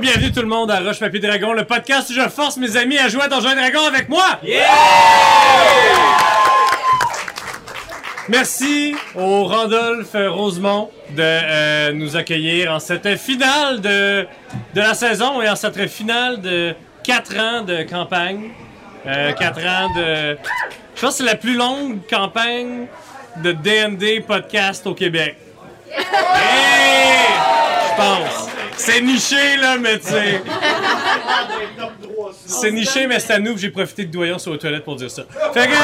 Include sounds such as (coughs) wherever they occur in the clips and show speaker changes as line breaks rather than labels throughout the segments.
bienvenue tout le monde à Roche Papier Dragon, le podcast où je force mes amis à jouer à Donjons et Dragons avec moi! Merci au Randolph Rosemont de euh, nous accueillir en cette finale de, de la saison et en cette finale de 4 ans de campagne. 4 ans de. Je pense que c'est la plus longue campagne de DND podcast au Québec. Hey! Je pense. C'est niché, là, mais tu sais. C'est niché, mais c'est à nous que j'ai profité de doyon sur les toilettes pour dire ça. Fait que.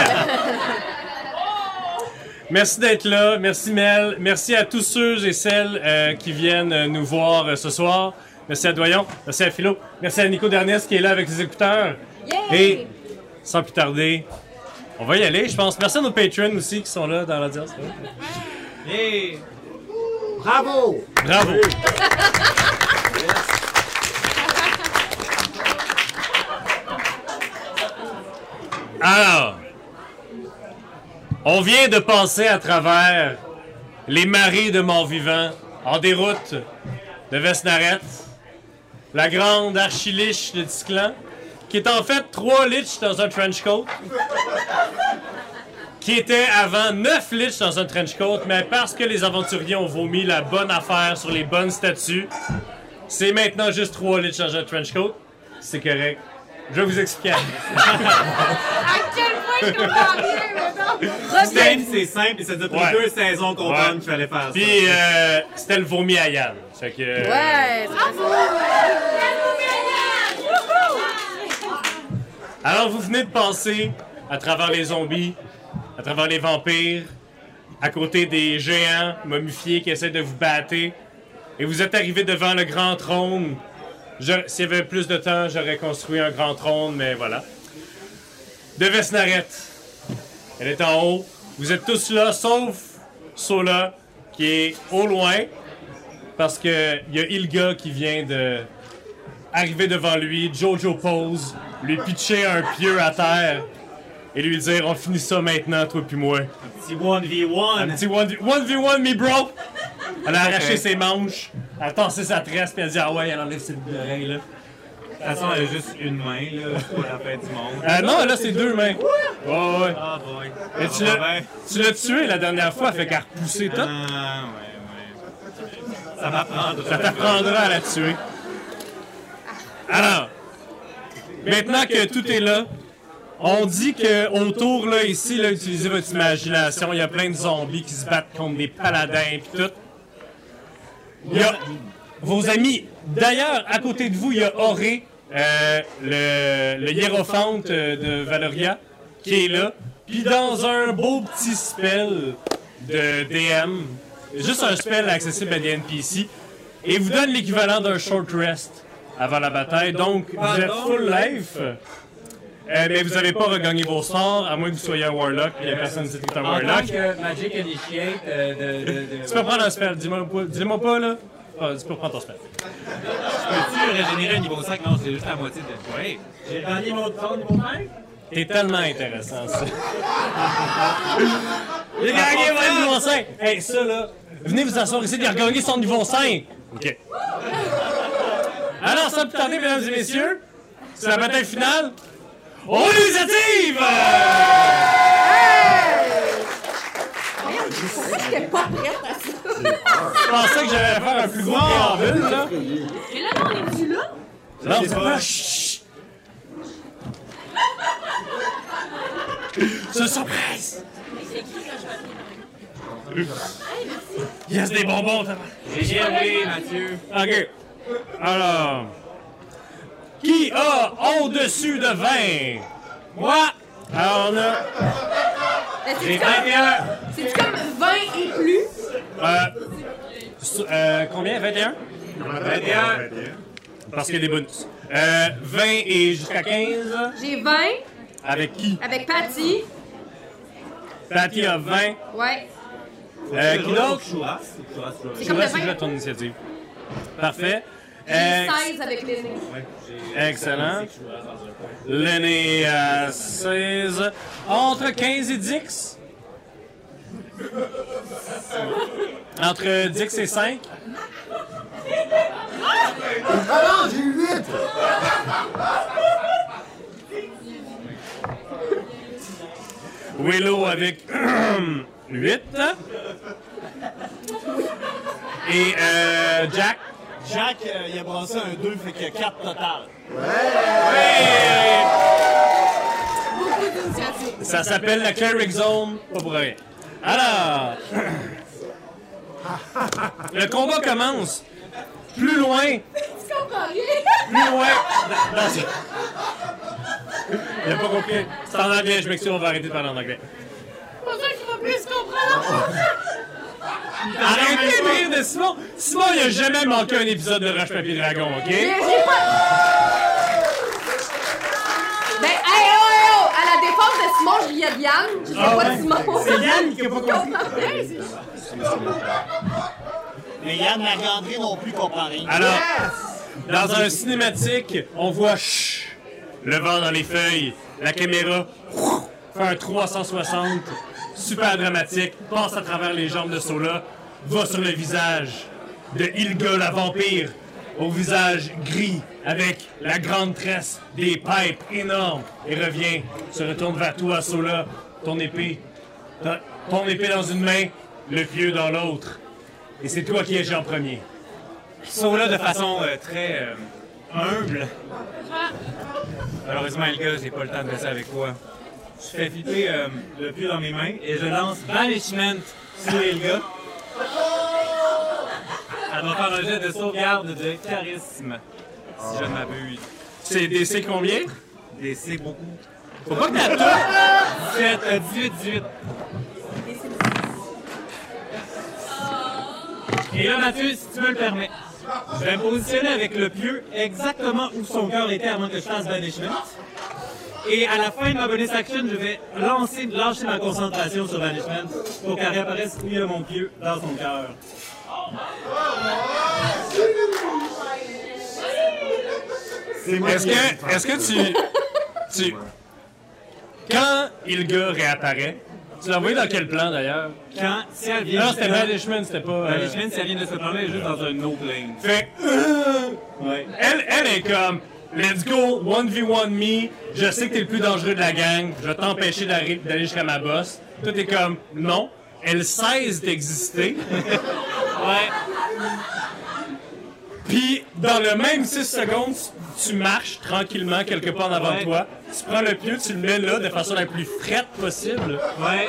Merci d'être là. Merci Mel. Merci à tous ceux et celles euh, qui viennent euh, nous voir euh, ce soir. Merci à Doyon. Merci à Philo. Merci à Nico Dernès qui est là avec ses écouteurs. Et sans plus tarder, on va y aller, je pense. Merci à nos patrons aussi qui sont là dans l'audience.
Bravo!
Bravo. Alors, on vient de passer à travers les marées de mort-vivant en déroute de Vesnaret, la grande archiliche de Ticlan, qui est en fait trois liches dans un trench coat qui était avant 9 liches dans un trench coat, mais parce que les aventuriers ont vomi la bonne affaire sur les bonnes statues, c'est maintenant juste 3 liches dans un trench coat. C'est correct. Je vais vous expliquer.
À quel point je comprends bien, maintenant!
C'était-
Dave, c'est simple, et ça a pris
Ouais.
deux saisons qu'on
Ouais.
parle qu'il fallait faire ça.
Puis euh, c'était le vomi à Yann. Fait que, euh,
Ouais!
Alors vous venez de passer à travers les zombies, à travers les vampires, à côté des géants momifiés qui essaient de vous battre, et vous êtes arrivé devant le grand trône. Je- S'il y avait plus de temps, j'aurais construit un grand trône, mais voilà. De Vesnaret. Elle est en haut. Vous êtes tous là, sauf Sola, qui est au loin, parce qu'il y a Ilga qui vient de arriver devant lui, Jojo pose, lui pitcher un pieu à terre et lui dire on finit ça maintenant, toi puis moi.
Petit 1v1.
Petit 1v- 1v1, me bro! Elle a arraché ses manches, elle a tassé sa tresse puis elle a dit ah ouais, elle enlève ses boucles d'oreilles là.
De toute façon, elle a juste une main, là, c'est pas la fin du monde.
Ah non, là c'est deux mains. Ouais, Ah, ouais.
Ah, boy.
Mais tu l'as, tu l'as tué la dernière fois, fait qu'elle a repoussé tout.
Ah, ouais, ouais. Ça m'apprendra.
Ça t'apprendra à la tuer. Alors, maintenant que tout est là, on dit que autour là ici, là, utilisez votre imagination. Il y a plein de zombies qui se battent contre des paladins puis tout. Il y a vos amis. D'ailleurs, à côté de vous, il y a Auré, euh, le, le hiérophante euh, de Valoria, qui est là. Puis dans un beau petit spell de DM, juste un spell accessible à des NPC, et vous donne l'équivalent d'un short rest avant la bataille. Donc,
Ah,
vous êtes full life. euh, mais vous n'avez pas regagné vos sorts, à moins que vous soyez un Warlock, puis il n'y a personne ici qui est un
En tant
Warlock.
que Magic Initiate euh, de, de, de-
Tu peux prendre un spell, dis-moi pas, dis-moi pas là. Ah, tu peux prendre ton spell.
Peux-tu régénérer un niveau 5? Non, c'est juste la moitié de. Ouais. J'ai gagné mon temps niveau 5?
T'es tellement intéressant, ça. J'ai gagné mon niveau 5! Hey, ça là, venez vous asseoir ici, il a regagné son niveau 5! Ok. Alors, sans plus tarder, mesdames et messieurs, c'est la bataille finale. On initiative!
Pourquoi j'étais pas prête à ça?
Je pensais que j'allais faire un plus gros préambule, là.
Mais là, on est rendu là?
Non, c'est pas. Chut! C'est une surprise! Yes, des bonbons, t'as-
J'ai oui, Mathieu.
Ok. Alors. Qui a au-dessus de 20? Moi! Alors, on a.
Mais c'est-tu
Les
comme-
21!
C'est-tu comme 20 et plus?
Euh, so- euh, combien? 21?
21.
Parce qu'il y a des bonus. Euh, 20 et jusqu'à 15.
J'ai 20
Avec qui?
avec Patty.
Patty a 20.
Ouais.
Euh, qui d'autre?
Chouas. Chouas,
C'est
Je
comme le
reste à
20.
ton initiative. Parfait. Euh,
J'ai
Ex-
16 avec l'aîné.
excellent. Lenny à 16. Entre 15 et 10. Entre 10 et 5.
Ah non, j'ai eu 8!
Willow avec euh, 8. Et euh, Jack.
Jacques, euh, il a brassé un 2, fait qu'il y a 4 total.
Beaucoup d'initiatives.
Ça s'appelle la Carrick Zone, pas pour rien. (laughs) Alors, le combat commence. Plus loin,
Tu comprends rien?
plus loin. Dans, dans... Il a pas compris. C'est en anglais, je m'excuse, on va arrêter de parler en anglais.
C'est pour ça qu'il faut plus comprendre.
Arrêtez de rire de Simon! Simon, il a jamais manqué un épisode de Rush Papier Dragon,
Mais
ok?
j'ai pas. Ben, hey, oh, hey, oh! À la défense de Simon, je riais de Yann. Je sais
Ah
pas
ouais?
de Simon.
C'est Yann qui a pas compris.
compris.
Mais Yann Marc-André non plus comprend rien.
Alors, dans un cinématique, on voit chut, le vent dans les feuilles, la caméra ouf, fait un 360, super dramatique, passe à travers les jambes de Sola, va sur le visage de Ilga la vampire, au visage gris, avec la grande tresse des pipes énormes, et revient, se retourne vers toi, Sola, ton épée, ta- ton épée dans une main, le pieu dans l'autre, et c'est toi qui agis en premier.
Sauf là de façon euh, très euh, humble. Malheureusement, le gars, j'ai pas le temps de passer avec toi. Je fais flipper euh, le pieu dans mes mains et je lance Banishment sur les gars. Elle va faire un jet de sauvegarde de charisme, si je ne m'abuse.
C'est DC combien?
Des C beaucoup.
Faut pas que t'attends!
7, 18, 18. Et là, Mathieu, si tu me le permets, je vais me positionner avec le pieu exactement où son cœur était avant que je fasse Banishment. Et à la fin de ma bonus action, je vais lancer, lâcher ma concentration sur Banishment pour qu'elle réapparaisse où il y a mon pieu dans son cœur.
Est-ce que, est-ce que tu, tu... Quand Ilga réapparaît, tu l'as envoyé dans quel plan d'ailleurs?
Quand, si elle vient.
Non, c'était Banishment, c'était pas... euh,
Banishment, si elle vient de se prendre, elle est juste dans un no plane.
Fait que, euh,
Ouais.
elle, elle est comme, let's go, 1v1 me, je sais que t'es le plus dangereux de la gang, je vais t'empêcher d'arri- d'aller jusqu'à ma boss. Toi t'es comme, non, elle cesse d'exister.
(laughs) Ouais.
Puis, dans le même 6 secondes, tu tu marches tranquillement quelque part en avant de
Ouais.
toi. Tu prends le pieu, tu le mets là de façon la plus frette possible.
Ouais.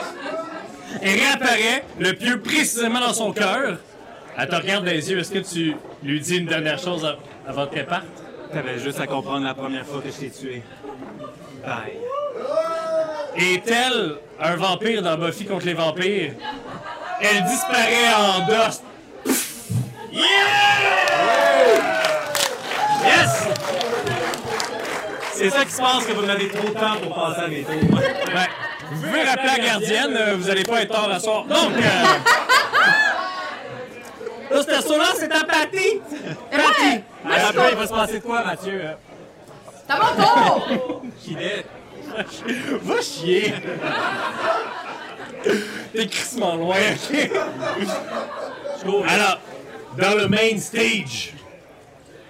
Et réapparaît, le pieu précisément dans son cœur. Elle te regarde dans les yeux. Est-ce que tu lui dis une dernière chose av- avant qu'elle parte?
T'avais juste à comprendre la première fois que je t'ai tué. Bye.
Et tel un vampire dans Buffy contre les vampires, elle disparaît en dust. Pff! Yeah! Yes!
C'est ça qui se passe quand vous avez trop de temps pour passer à mes tours.
Ouais. Vous pouvez rappeler la gardienne, euh, vous allez pas être tard à soir. Donc, euh... Là, c'était ça, là, c'est un patty!
Ouais! Moi, je suis
Après,
pas-
il va se passer de quoi, Mathieu? euh?
C'est à mon tour!
Qui est?
(laughs) Va chier! T'es crissement loin, ok? (laughs) Alors, dans le main stage,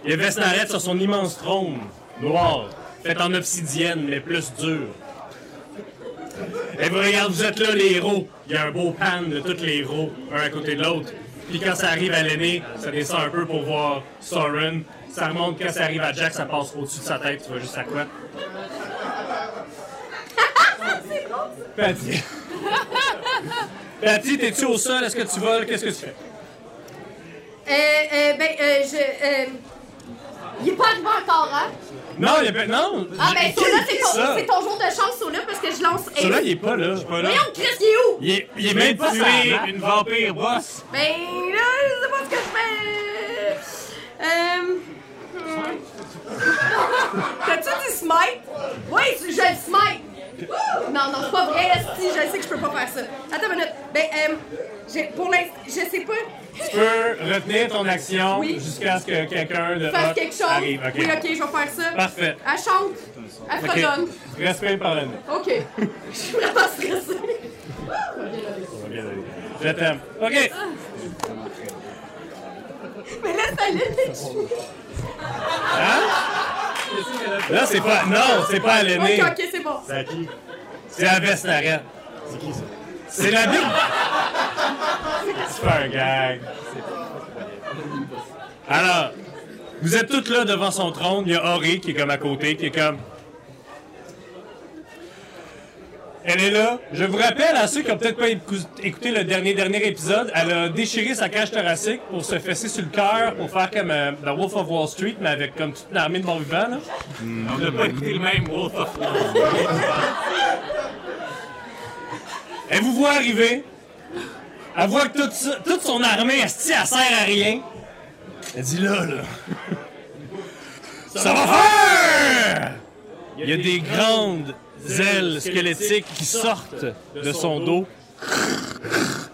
il y avait Snaret sur son immense trône, noir, fait en obsidienne, mais plus dur. Et vous regardez, vous êtes là, les héros. Il y a un beau pan de tous les héros, un à côté de l'autre. Puis quand ça arrive à l'aîné, ça descend un peu pour voir Soren. Ça remonte, quand ça arrive à Jack, ça passe au-dessus de sa tête, tu vois juste à quoi. Patty. (laughs) Patty, t'es-tu au sol? Est-ce que tu voles? Qu'est-ce que tu fais?
Euh, euh, ben, euh, je. euh, Il est pas arrivé encore, hein?
Non, il y a pas. Non!
Ah, ben, Sola,
Qui-
c'est
qui
ton,
ça?
c'est ton jour de chance, Sola, parce que je lance.
Sola,
Hey,
il est pas là.
Voyons, Chris, il est où?
Il est, il est même pas hein? tué.
une vampire, boss!
Ben, là, je sais pas ce que je fais. Euh. hmm. (laughs) T'as-tu dit smite? Oui, tu- je le smite! Non, non, c'est pas vrai, si, je sais que je peux pas faire ça. Attends une minute. Ben, euh, j'ai- pour l'instant, je sais pas.
Tu peux retenir ton action
Oui.
jusqu'à ce que quelqu'un de
Fasse
hot
quelque chose.
Ah, arrive. ok.
Oui, ok, je vais faire ça.
Parfait.
Elle chante. Elle
Ok.
fredonne.
Respire par le nez.
Ok. (laughs) Je suis vraiment stressée.
Je t'aime. OK.
Mais là, ça l'est.
Là, c'est pas. Non, c'est pas à l'aîné.
Ok, ok, c'est bon.
C'est à qui? C'est à Vestaret. C'est qui ça? C'est la Bible. c'est pas un gag. Alors, vous êtes toutes là devant son trône. Il y a Ori qui est comme à côté, qui est comme. Elle est là. Je vous rappelle à ceux qui ont peut-être pas écou- écouté le dernier dernier épisode, elle a déchiré sa cage thoracique pour se fesser sur le cœur, pour faire comme euh, dans Wolf of Wall Street, mais avec comme toute une armée de bons vivants. Là.
Hmm. On n'a pas écouté le même Wolf of Wall Street.
Elle vous voit arriver. Elle voit que toute, ça- toute son armée, esti, elle sert à rien. Elle dit là, là. Ça va faire! Il y a des grandes ailes squelettiques qui sortent de son dos.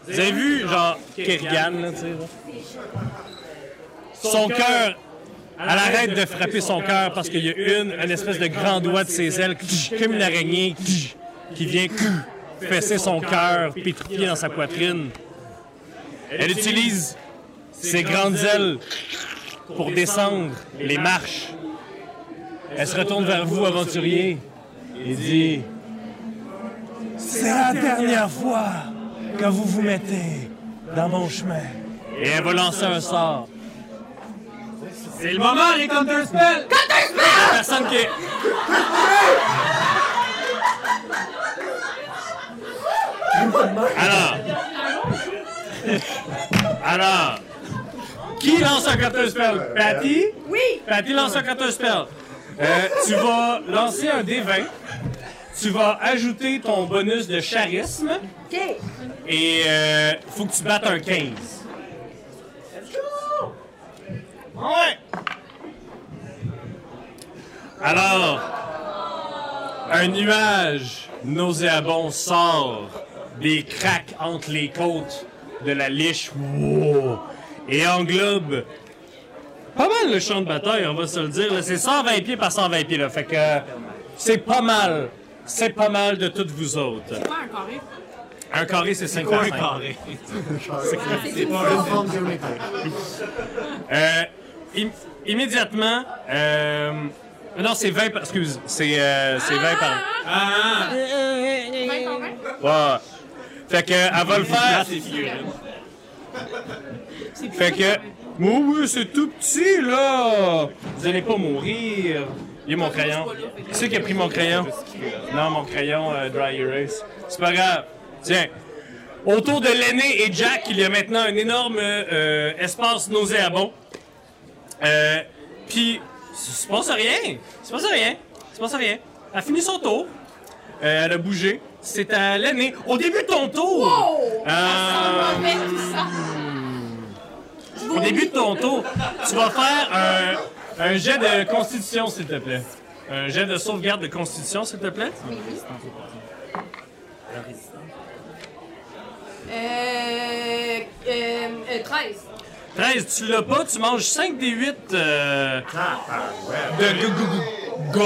Vous avez vu, genre, Kerrigan, là, tu sais, là? Son cœur, elle arrête de frapper son cœur parce qu'il y a une, une espèce de grand doigt de ses ailes, comme une araignée, qui vient fesser son cœur, pétrifier dans sa poitrine. Elle utilise ses grandes ailes pour descendre les marches. Elle se retourne vers vous, aventurier, et dit C'est la dernière fois que vous vous mettez dans mon chemin. Et elle va lancer un sort.
C'est le moment, les Counterspells!
Personne qui. Alors. Alors. Qui lance un counterspell? Patty?
Oui!
Patty lance un counterspell. Euh, tu vas lancer un D20. Tu vas ajouter ton bonus de charisme.
Ok!
Et euh, faut que tu battes un 15.
Ouais!
Alors, un nuage nauséabond sort des cracks entre les côtes de la liche Wow! et englobe pas mal le champ de bataille, on va se le dire. là. C'est 120 pieds par 120 pieds, là. Fait que euh, c'est pas mal. C'est pas mal de toutes vous autres.
Pas un carré.
Un carré, c'est 5
Un carré.
Euh, im- immédiatement, euh, non, c'est 20 par, excuse, c'est euh, c'est 20 par.
Ah, ah,
Ouais. Fait que, elle va le
ah,
faire.
c'est vieux. là.
Fait que. Oui, oui, c'est tout petit, là! Vous allez pas mourir! Il y a mon crayon. Qui c'est qui a pris mon crayon? Non, mon crayon euh, dry erase. C'est pas grave. Tiens. Autour de l'aîné et Jack, il y a maintenant un énorme euh, euh, espace nauséabond. Euh, Puis, il se passe rien! Il se passe rien! Il se passe rien! Elle a fini son tour. Euh, elle a bougé. C'est à l'aîné. Au début de ton tour!
Oh!
Euh, hmm.
Ça m'a fait tout ça!
au début de ton tour, tu vas faire un, un jet de constitution, s'il te plaît. Un jet de sauvegarde de constitution, s'il te plaît.
Euh. Euh. euh, 13.
13, tu l'as pas, tu manges 5 des 8 euh, de go- go- go-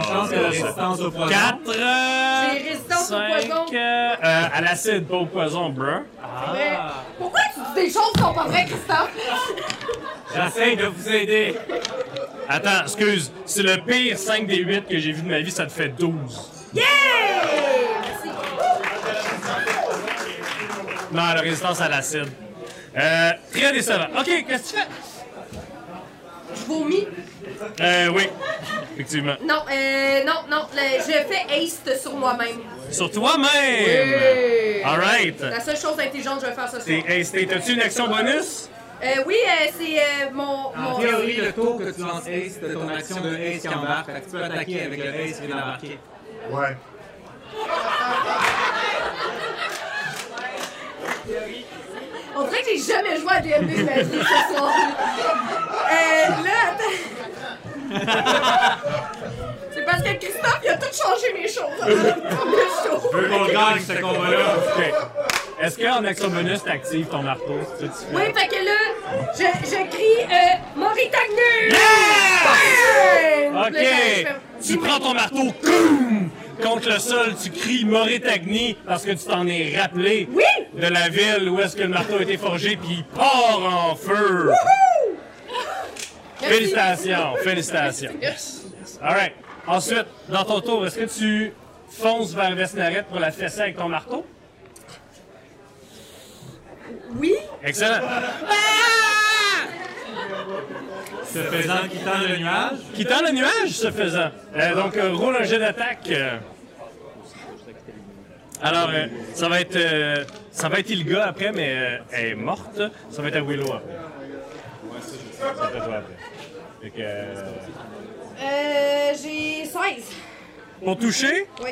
Je pense que la résistance au poison.
4
J'ai résistance au
euh,
poison.
à l'acide, pas au poison, bruh.
Mais Pourquoi tu dis des choses qui sont pas vraies, Christophe?
J'essaie de vous aider.
Attends, excuse, c'est le pire 5 des 8 que j'ai vu de ma vie, ça te fait 12.
Yeah! Merci.
Non, la résistance à l'acide. Euh, très décevant. Ok, qu'est-ce que tu fais?
Je vomis.
Euh, oui, effectivement.
Non, euh. Non, non. le- je fais haste sur moi-même.
Sur toi-même!
Hey!
All right.
La seule chose intelligente que je vais faire ce soir.
T'es- hey, c'était- T'as-tu une action bonus?
Euh, oui, euh, c'est euh, mon.
En
Ah,
mon-
théorie, le tour que tu lances Ace, t'as ton action de Ace qui embarque. Fait que tu peux attaquer avec le Ace qui vient d'embarquer.
Ouais.
On dirait que j'ai jamais joué à DMV de ma vie ce soir. Euh, là, attends. C'est parce que Christophe, il a tout changé mes choses. Le show.
On gagne ce combat-là.
Ok. Est-ce qu'en action bonus, t'actives ton marteau? C'est ça que tu
Oui,
fais?
fait que là, je, je crie euh, Mauritanie!
Yeah!
Là, je fais-
Ok! Tu prends ton marteau, coum! contre le sol, tu cries Mauritanie parce que tu t'en es rappelé
Oui!
de la ville où est-ce que le marteau a été forgé, puis il part en feu.
Merci.
Félicitations, félicitations.
Yes.
All right. Ensuite, dans ton tour, est-ce que tu fonces vers Vesnaret pour la fesser avec ton marteau?
Oui?
Excellent.
Se faisant quittant le nuage.
Quittant le nuage, ce faisant. Euh, donc, euh, roule un jet d'attaque. euh. Alors, euh, ça va être... euh, ça va être Ilga après, mais euh, elle est morte. Ça va être à Willow après. Ça va être à toi après. Fait que, euh,
Euh, j'ai 16.
pour toucher,
Oui.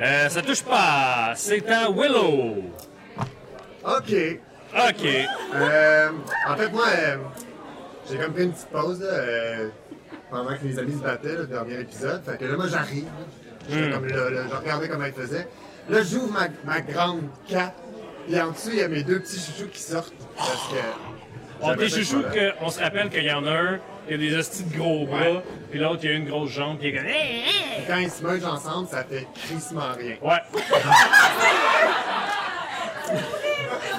euh, ça touche pas. C'est à Willow.
OK.
OK.
Euh, en fait, moi, euh, j'ai comme pris une petite pause là, euh, pendant que mes amis se battaient, là, le dernier épisode. Fait que là, moi, j'arrive. J'étais comme là, là, je regardais comment ils faisaient. Là, j'ouvre ma, ma grande cape. Et en dessous, il y a mes deux petits chouchous qui sortent. Parce que.
On
j'avais
des
pas de
chouchous
problème.
que- on se rappelle qu'il y en a un, il y a des hosties de gros bras, puis l'autre, il y a une grosse jambe, puis il est comme... Hey!
Quand ils se meugent ensemble, ça fait crissement rien.
Ouais.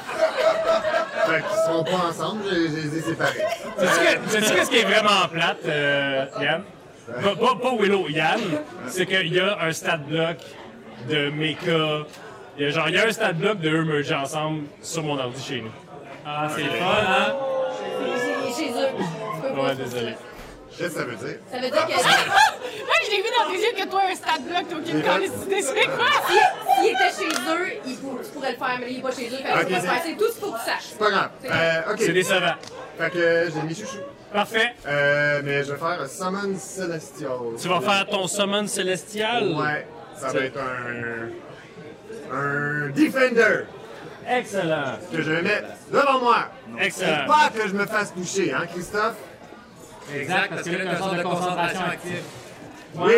Fait qu'ils sont pas ensemble, je, je les ai séparés.
Sais-tu qu'est-ce qui est vraiment plate, euh, Yann? Pas, pas- pas Willow, Yann. C'est qu'il y a un stat bloc de Mecha. Il y a, genre, il y a un stat bloc de eux mergés ensemble sur mon ordi chez nous.
Ah, c'est fun, hein?
J'ai- Chez eux. Tu peux pas.
Ouais, désolé.
Qu'est-ce que ça veut dire?
Ça veut dire que
Moi, je l'ai vu dans tes yeux que toi, un stat bloc, t'as aucune connaissance d'idée, c'est quoi?
s'ils étaient chez eux, ils pour- tu pourrais le faire, mais là, il est pas chez eux. Fait que
Ok,
tu vas
c'est-
faire. C'est tout ce qu'il faut que tu saches.
C'est pas grave. Euh, ok.
C'est décevant.
Fait que euh, j'ai mis chouchou.
Parfait.
Euh, mais je vais faire un Summon Celestial.
Tu vas faire ton summon célestial.
Ouais, ça va être un. Un Defender
Excellent.
que je vais mettre devant moi.
Excellent.
Pour Pas que je me fasse toucher, hein, Christophe?
Exact, parce que là, t'as un centre de concentration active.
Oui.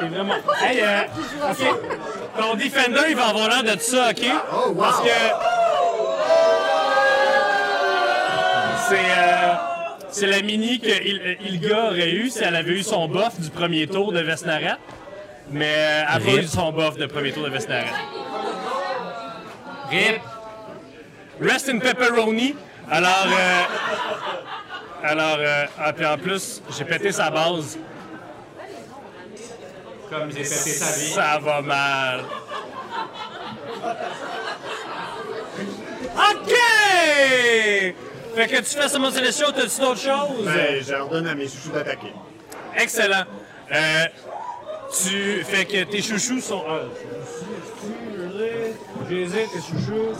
C'est vraiment. Hey, euh, ok. Ton Defender, il va avoir l'air de ça, ok?
Oh, wow.
Parce que. C'est. euh, C'est la mini que Il- Ilga aurait eu si elle avait eu son buff du premier tour de Vesnarat. Mais euh, elle a pas eu son buff de premier tour de Vesnarat.
RIP!
Rest in pepperoni. Alors, euh, alors, euh, ah, puis en plus, j'ai pété sa base.
Comme j'ai pété sa vie.
Ça va mal. OK! Fait que tu fais ce mode sélection, t'as-tu d'autres choses?
Ben, j'ordonne à mes chouchous d'attaquer.
Excellent. Euh, tu fait que tes chouchous sont. Ah, je les ai, tes chouchous.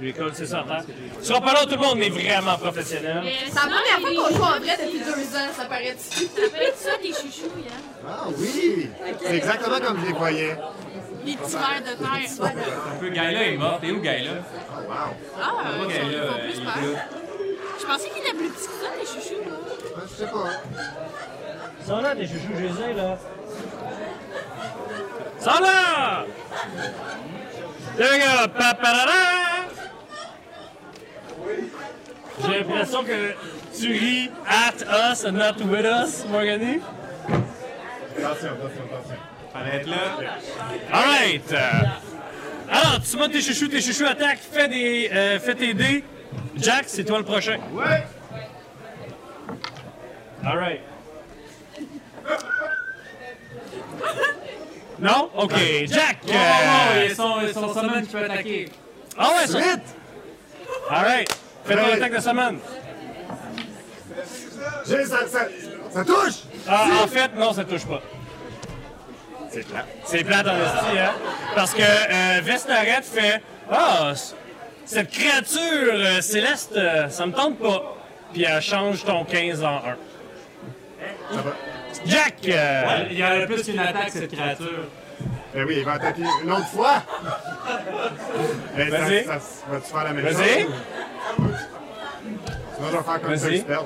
Je les colle, c'est ça, hein? Tu seras pas là, tout le monde est vraiment professionnel.
C'est
C'est la première fois qu'on joue en vrai depuis deux ans, ça paraît-tu?
T'appelles ça tes chouchous, hein?
Ah oui! Ah, C'est exactement comme je les voyais.
Les petits verres de terre.
Un peu, Gaïla est mort. T'es où, Gaïla?
Oh, wow!
Ah,
Pas
ils
Gaïla,
sont-
euh,
ils
il
font
est
plus
là.
peur. Je pensais qu'ils étaient plus petits que ça, les chouchous, là.
Ah, Je sais pas.
Sans là, tes chouchous, je les ai, là. Sans là! There we go! Paparara! J'ai l'impression que tu ris at us and not with us, Morgane.
Attention, attention, attention.
Fallait être là.
Alright! Euh, Alors, tu montes tes chouchous, tes chouchous attaquent, fais, des, euh, fais tes dés. Jack, c'est toi le prochain.
Ouais!
Alright. Non? Ok, Jack!
Oh, non,
euh,
il y a son, son summon qui peut attaquer.
Ah ouais, ça!
Vite!
Alright! Fais ton
Ouais.
attaque de semaine!
J'ai ça, ça, ça touche!
Ah, en fait, non, ça touche pas.
C'est plat.
C'est plate en esti, hein? Parce que euh, Vestaret fait Ah, c- cette créature euh, céleste, euh, ça me tente pas. Puis elle change ton 15 en 1.
Ça va.
Jack! euh,
Il y a plus qu'une attaque, cette créature.
Ben oui, il va attaquer une autre fois! Ben, ça-
Vas-y.
ça- Vas-tu faire la même chose?
Vas-y!
Sinon, je vais faire comme
Vas-y.
ça, je perds.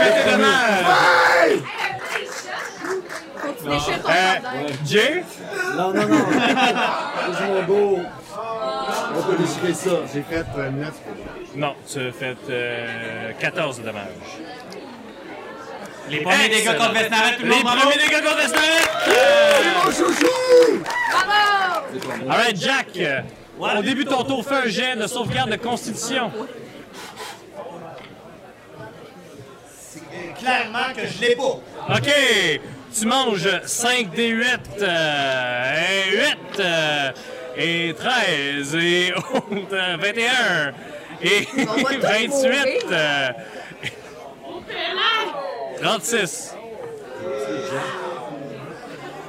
Fais tes dommages!
Faut que tu déchires
Eh.
ton
Euh,
chandail.
Jay?
Non, non, non. C'est mon beau. On peut déchirer ça.
J'ai fait 9
Non, tu as fait euh, 14 de euh, dommages.
Les premiers dégâts contre Vesnaret, tout le
Les
monde bravo.
premiers dégâts contre Vesnaret! Euh,
Mon chouchou!
Bravo!
Alright, Jack, euh, au début de ton tour, fais un jet de sauvegarde de constitution.
Ah, Clairement que je l'ai pas.
OK! Tu manges 5 des 8, et 8, euh, et 13, et autres, euh, 21, et
On va tous
28,
mourir.
euh, 36.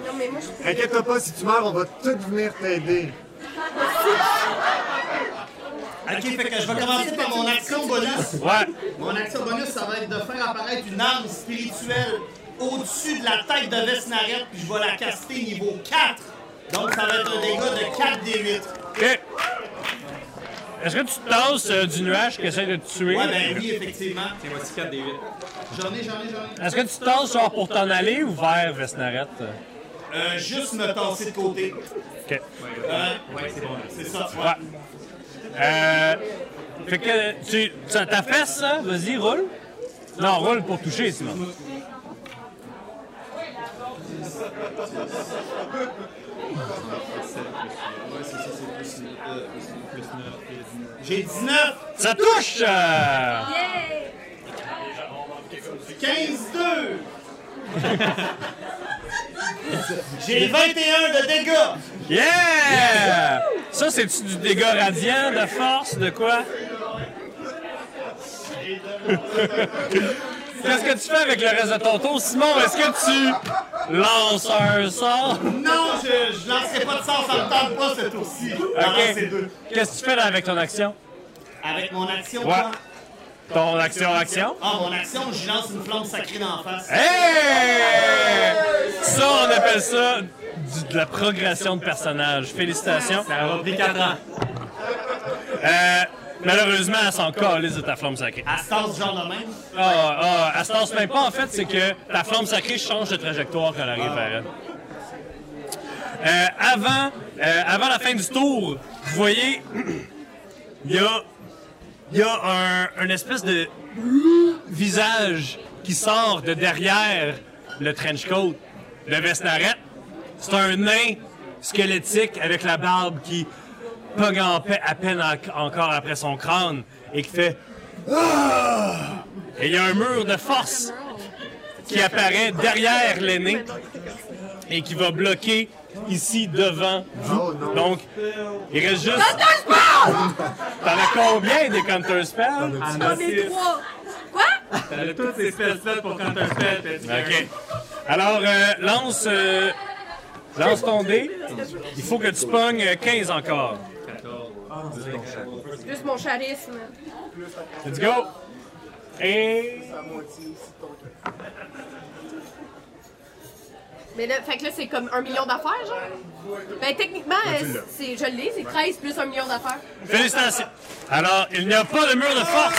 Non, mais moi, je suis
Inquiète-toi pas, si tu meurs, on va tous venir t'aider.
Ok, fait que je vais commencer par mon action bonus.
Ouais.
Mon action bonus, ça va être de faire apparaître une arme spirituelle au-dessus de la tête de Vesnaret, puis je vais la caster niveau 4. Donc ça va être un dégât de 4 des 8.
OK. Est-ce que tu te tasses euh, du nuage qui essaie de te tuer?
Ouais, ben oui, effectivement.
C'est moi 4 des 8.
J'en ai, j'en ai, j'en ai.
Est-ce que tu te tasses genre pour t'en aller ou vers Vesnaret?
Euh, juste me tasser de côté.
OK.
Euh, ouais, c'est bon. C'est ça, ouais.
Ouais. Euh, fait que tu, tu- ta fesse, là, vas-y, roule. Non, roule pour toucher, sinon.
J'ai 19,
Ça touche! euh,
Yay!
15, (laughs) 2. J'ai 21 de dégâts.
Yeah! Ça, c'est-tu du dégât radiant, de force, de quoi? (laughs) Qu'est-ce que tu fais avec le reste de ton tour? Simon, est-ce que tu lances un sort?
Non, je, je lancerai pas de sort, ça me tente pas ce tour-ci.
Ok.
c'est deux.
Qu'est-ce que tu fais là avec ton action?
Avec mon action,
Ouais.
quoi?
Ton action, action?
Ah, mon action, je lance une flamme sacrée d'en face.
Hey! Ça, on appelle ça du- de la progression de personnage. Félicitations.
Ça va pris 4 ans.
Euh, malheureusement, elle s'en calisse de ta flamme sacrée.
À ce temps, ce genre de même.
Ah, ah, elle se lance même pas, en fait, c'est que ta flamme sacrée change de trajectoire quand elle arrive vers elle. Euh, avant, euh, avant la fin du tour, vous voyez, il y a, il y a un, une espèce de visage qui sort de derrière le trench coat de Vesnaret. C'est un nain squelettique avec la barbe qui pogne en paix à peine en- encore après son crâne et qui fait Ah! et il y a un mur de force qui apparaît derrière l'aîné et qui va bloquer ici devant vous.
Oh non.
Donc, il reste juste. Counter T'en as combien des Counter Spells?
On est trois! Quoi?
T'as toutes ces espèces-là pour quand un fait.
Ok. Alors, euh, lance, euh, lance ton dé. Il faut que tu pognes euh, 15 encore.
Juste mon charisme.
Let's go! Et.
Mais là, fait que là, c'est comme un million d'affaires, genre? Ben, techniquement,
tu
euh,
l'as.
c'est, je l'ai, c'est 13 plus un million d'affaires.
Félicitations! Alors, il n'y a pas de mur de force!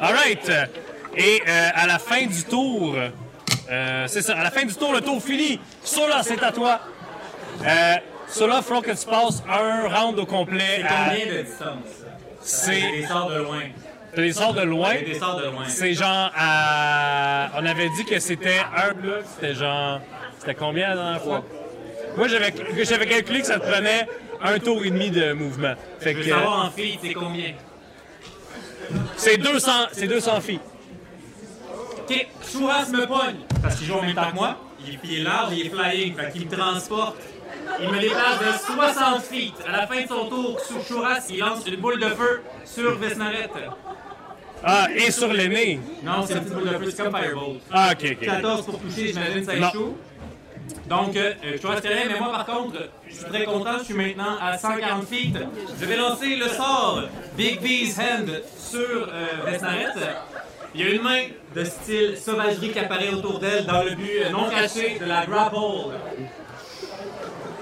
Alright! Et euh, à la fin du tour, euh, c'est ça, à la fin du tour, le tour fini! Sola, c'est à toi! Euh, Sola, il faut que tu passes un round au complet. à-
Combien de distance? J'ai
C'est
des sorts de loin.
t'as des sorts de loin.
J'ai des sorts de loin.
C'est genre à. On avait dit que c'était un bloc, c'était genre. C'était combien la dernière fois? Moi, j'avais j'avais calculé que ça te prenait un tour et demi de mouvement. Fait
Je
que.
veux savoir en fille, c'est combien?
C'est 200, c'est 200 filles.
Ok, Chouras me pogne, parce qu'il joue en même temps que moi. Il, puis il est large, il est flying, fait qu'il me transporte. Il me dépasse de 60 feet. À la fin de son tour, sous Chouras, il lance une boule de feu sur Vesnaret.
Ah, et sur l'aîné.
Non, c'est une petite boule de feu, c'est comme Firebolt.
Ah, ok, ok.
14 pour toucher, j'imagine ça
Non.
est chaud. Donc, euh, euh, je reste rien, mais moi par contre, je suis très content, je suis maintenant à 140 feet. Je vais lancer le sort Big B's Hand sur euh, Vesnaret. Il y a une main de style sauvagerie qui apparaît autour d'elle dans le but euh, non caché de la grapple.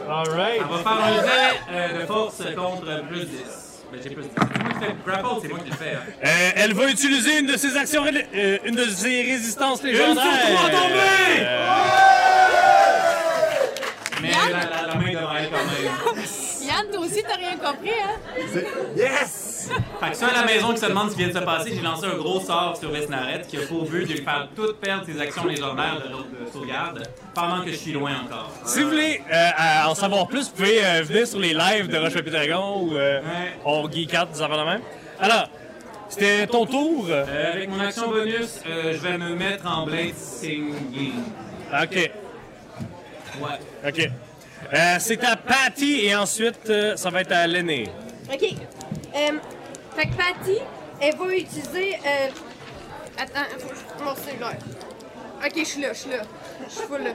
Alright.
Elle va faire un jet euh, de force contre plus 10. Ben, j'ai plus 10. C'est moi qui fais grapple, c'est moi qui le fais. hein.
Euh, elle va utiliser une de ses actions, ré- euh, une de ses résistances légendaires.
sur trois tombées!
Euh,
Mais la, la- la main devrait aller quand même.
Yann, toi aussi, t'as rien compris, hein?
Yes!
Fait que ceux à la maison qui se demandent ce qui vient de se passer, j'ai lancé un gros sort sur Vesnaret qui a pour but de lui faire toutes perdre ses actions légendaires de, de sauvegarde pendant que je suis loin encore.
Si vous voulez euh, à en savoir plus, vous pouvez euh, venir sur les lives de Roche Papier Dragon ou euh,
Ouais.
Orgy 4, des affaires de même. Alors, c'était ton tour.
Euh, avec mon action bonus, euh, je vais me mettre en blade singing.
Ok,
Ouais.
ok. Euh, c'est à Patty et ensuite euh, ça va être à l'aîné.
OK. Euh, fait que Patty, elle va utiliser. euh, Attends, faut que je- mon cellulaire. OK, je suis là, je suis là. Je suis full là.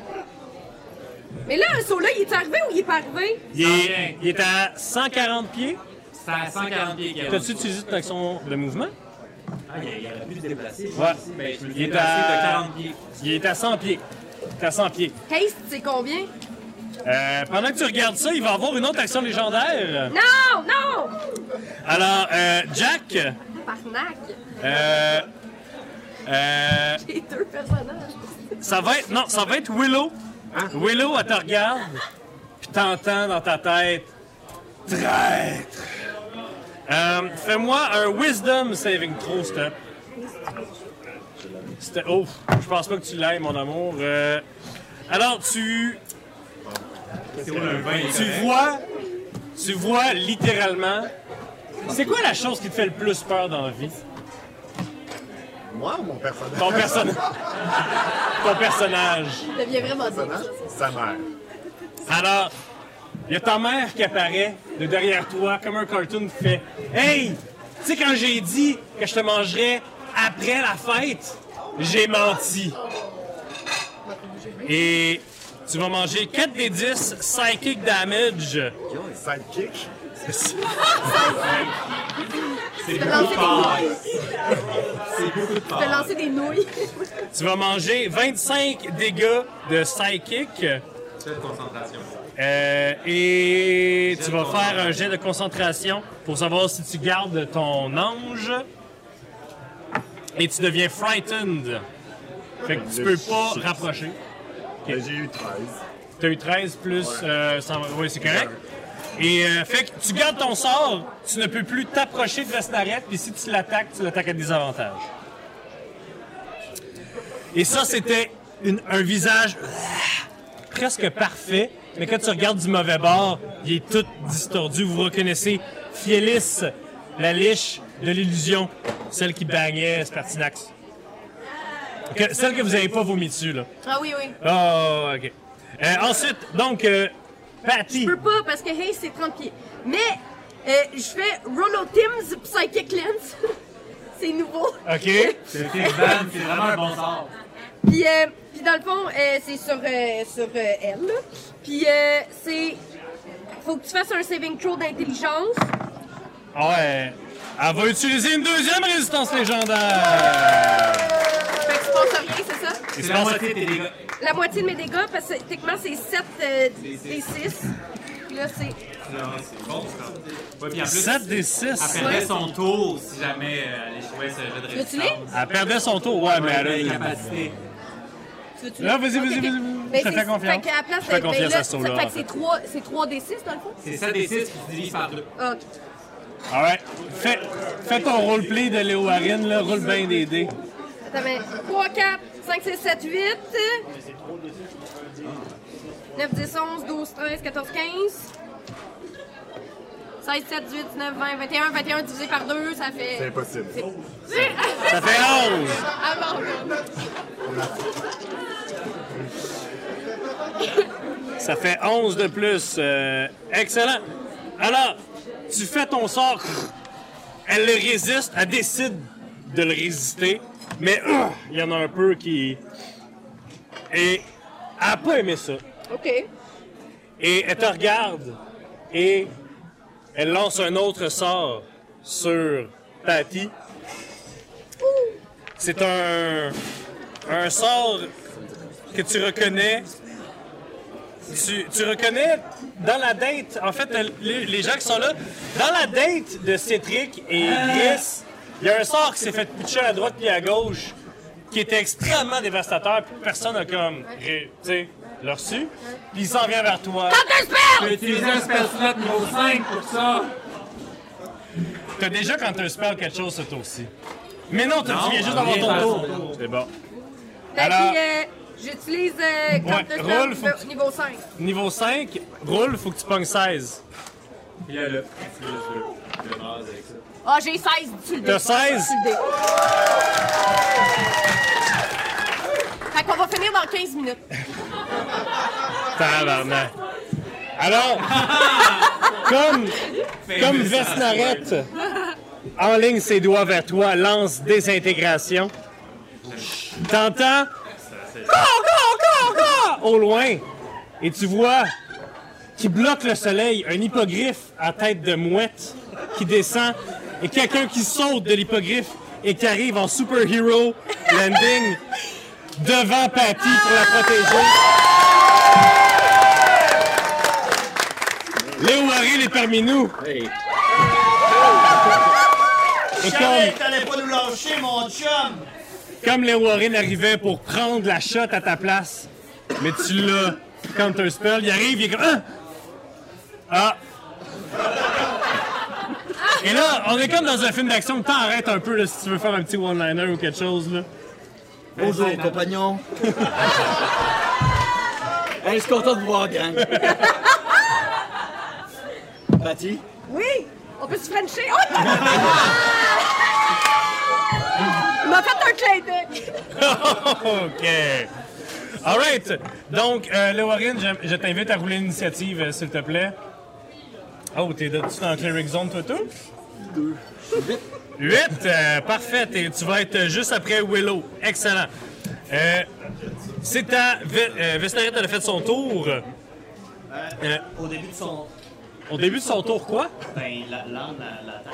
Mais là, un saut là, il est arrivé ou il est pas arrivé?
Il est, il est à 140 pieds.
C'est à 140 pieds qu'il y a.
T'as-tu utilisé ton action de mouvement?
Ah, il y a- il aurait pu se déplacer.
Ouais.
Ben, je me
Il
suis
est
déplacé de
à-
40 pieds.
Il est à 100 pieds. Il est à 100 pieds.
Haste, c'est combien?
Euh, pendant que tu regardes ça, il va avoir une autre action légendaire.
Non, non!
Alors, euh, Jack,
Parnac!
euh, euh,
J'ai deux personnages.
ça va être, non, ça va être Willow. Willow, elle te regarde, puis t'entends dans ta tête, traître. Euh, Fais-moi un Wisdom Saving Throw, step. C'était, oh, je pense pas que tu l'aimes, mon amour. Euh, alors, tu
C'est où le vin?
Tu vois, tu vois littéralement. C'est quoi la chose qui te fait le plus peur dans la vie?
Moi, mon personnage.
Ton personnage. (laughs) Ton personnage.
Je deviens vraiment dingue.
personnage, Hein? sa mère.
Alors, il y a ta mère qui apparaît de derrière toi, comme un cartoon qui fait Hey! Tu sais, quand j'ai dit que je te mangerais après la fête, j'ai menti. Et tu vas manger 4 des 10 psychic damage.
Sidekick.
C'est
Je vais
beaucoup
lancer
de
des
part.
nouilles.
C'est beaucoup
Je
de
vais
part.
lancer des nouilles.
Tu vas manger 25 dégâts de psychic
Fais de concentration.
euh, et tu vas faire un jet de concentration pour savoir si tu gardes ton ange et tu deviens frightened. Fait que tu peux pas rapprocher.
Ben, J'ai eu 13.
T'as eu 13 plus euh, 100 ouais, c'est correct. Et euh, fait que tu gardes ton sort, tu ne peux plus t'approcher de Vesnaret, puis si tu l'attaques, tu l'attaques à des avantages. Et ça, c'était une- un visage euh, presque parfait, mais quand tu regardes du mauvais bord, il est tout distordu. Vous reconnaissez Fielis, la liche de l'illusion, celle qui bagnait Spartinax. Que- celle que vous n'avez pas vomi dessus, là.
Ah oui, oui.
Oh, ok. Euh, ensuite, donc, euh, Patty.
Je peux pas parce que Haste, c'est 30 pieds. Mais euh, je fais Rollo Tim's Psychic Lens. (laughs) c'est nouveau.
Ok.
C'est Van, c'est vraiment un bon sort.
Puis, euh, puis dans le fond, euh, c'est sur, euh, sur euh, elle. là. Puis euh, c'est. Faut que tu fasses un saving throw d'intelligence.
Ouais. Elle va utiliser une deuxième résistance légendaire.
Fait que tu passes rien, c'est ça?
Il
C'est
se
la
passe-
moitié de tes dégâts.
La moitié de mes dégâts, parce que techniquement c'est 7 euh, des 6. Là, c'est.
Non, C'est bon, ça. Ouais, puis en plus,
7 des
elle
6.
perdait son tour si jamais euh, elle échouait ce jeu de
Veux-tu
résistance.
lire?
Elle perdait son tour. Ouais, mais elle a
les
une-
capacités.
Tu veux-tu
Là, Ah,
lire?
vas-y, vas-y,
Ok,
vas-y,
ok.
vas-y.
Ben,
Je te
c'est-
fais confiance.
Fait qu'à la place,
Je te fais
ben,
confiance
là,
à ce tour-là,
Fait
en
que c'est 3, c'est 3 des 6 dans le fond? Ah,
C'est 7 des 6 qui se divisent par deux.
Ok.
Alright. Ah Fais, fais ton roleplay de Léo Harin, là. Roule bien des dés.
Attends, mais 3, 4, 5, 6, 7, 8. 9, 10, 11, 12, 13, 14, 15. 16, 17, 18, 19, 20, 21. 21 divisé par 2, ça
C'est
fait.
impossible.
Ça fait 11.
Ah, bon, bon.
Ça fait 11 de plus. Euh, excellent. Alors, tu fais ton sort. Elle le résiste. Elle décide de le résister. Mais euh, il y en a un peu qui... Et elle n'a pas aimé ça.
(laughs) Ok.
Et elle te regarde. Et elle lance un autre sort sur Patty. C'est un, un sort que tu reconnais. Tu, tu reconnais dans la date, en fait, les, les gens qui sont là, dans la date de Cétric et Chris, il y a un sort qui s'est fait pitcher à droite puis à gauche qui était extrêmement dévastateur, puis personne n'a comme. ré- Tu sais, l'a reçu. Puis il s'en vient vers toi.
Counter spell!
Je vais utiliser un spell slot niveau 5 pour ça.
T'as déjà quand tu spell quelque chose ce tour-ci. Mais non, t'as- tu viens juste avant
vient
ton
faire
tour.
son
C'est bon.
Fait
Alors-
que, euh, j'utilise euh, Counter Spell
roule,
niveau,
faut que-
niveau 5.
Niveau 5, roule, faut que tu pognes 16.
Il y a le. Je le- je le rase avec ça.
Ah, j'ai 16 tu le dé.
T'as 16?
Tu le dé. Fait qu'on va finir dans 15 minutes.
Tabarnak. Alors, comme, comme Vesnarette enligne ses doigts vers toi, lance désintégration. T'entends Go, go, go, go! Au loin. Et tu vois qui bloque le soleil, un hippogriffe à tête de mouette qui descend et quelqu'un qui saute de l'hippogriffe et qui arrive en superhero landing devant Patty pour la protéger. Léo Harry est parmi nous. Et
Je savais que
comme,
t'allais pas nous lâcher, mon chum!
comme Léo Harry arrivait pour prendre la shot à ta place, mais tu l'as counter spell, il arrive, il est comme. hein? Ah! Ah! Et là, on est comme dans un film d'action, t'arrêtes un peu là, si tu veux faire un petit one-liner ou quelque chose. Là.
Bonjour, compagnon. hey, je suis content de vous voir, gang. Patty,
Oui! On peut se frencher? Oh! (laughs) Il m'a fait un clin d'œil!
OK. All right. Donc, euh, Léorine, je, je t'invite à rouler l'initiative, euh, s'il te plaît. Oh, t'es de- tu es en cleric zone, toi, tout? Deux. Huit. euh, parfait. Et tu vas être juste après Willow. Excellent. Euh, c'est ta... Ve- euh, Vestarette, elle a fait son tour. Euh,
Au début de son.
au début de son tour, quoi?
Ben, la- l'arme, la- Euh, l'attaque.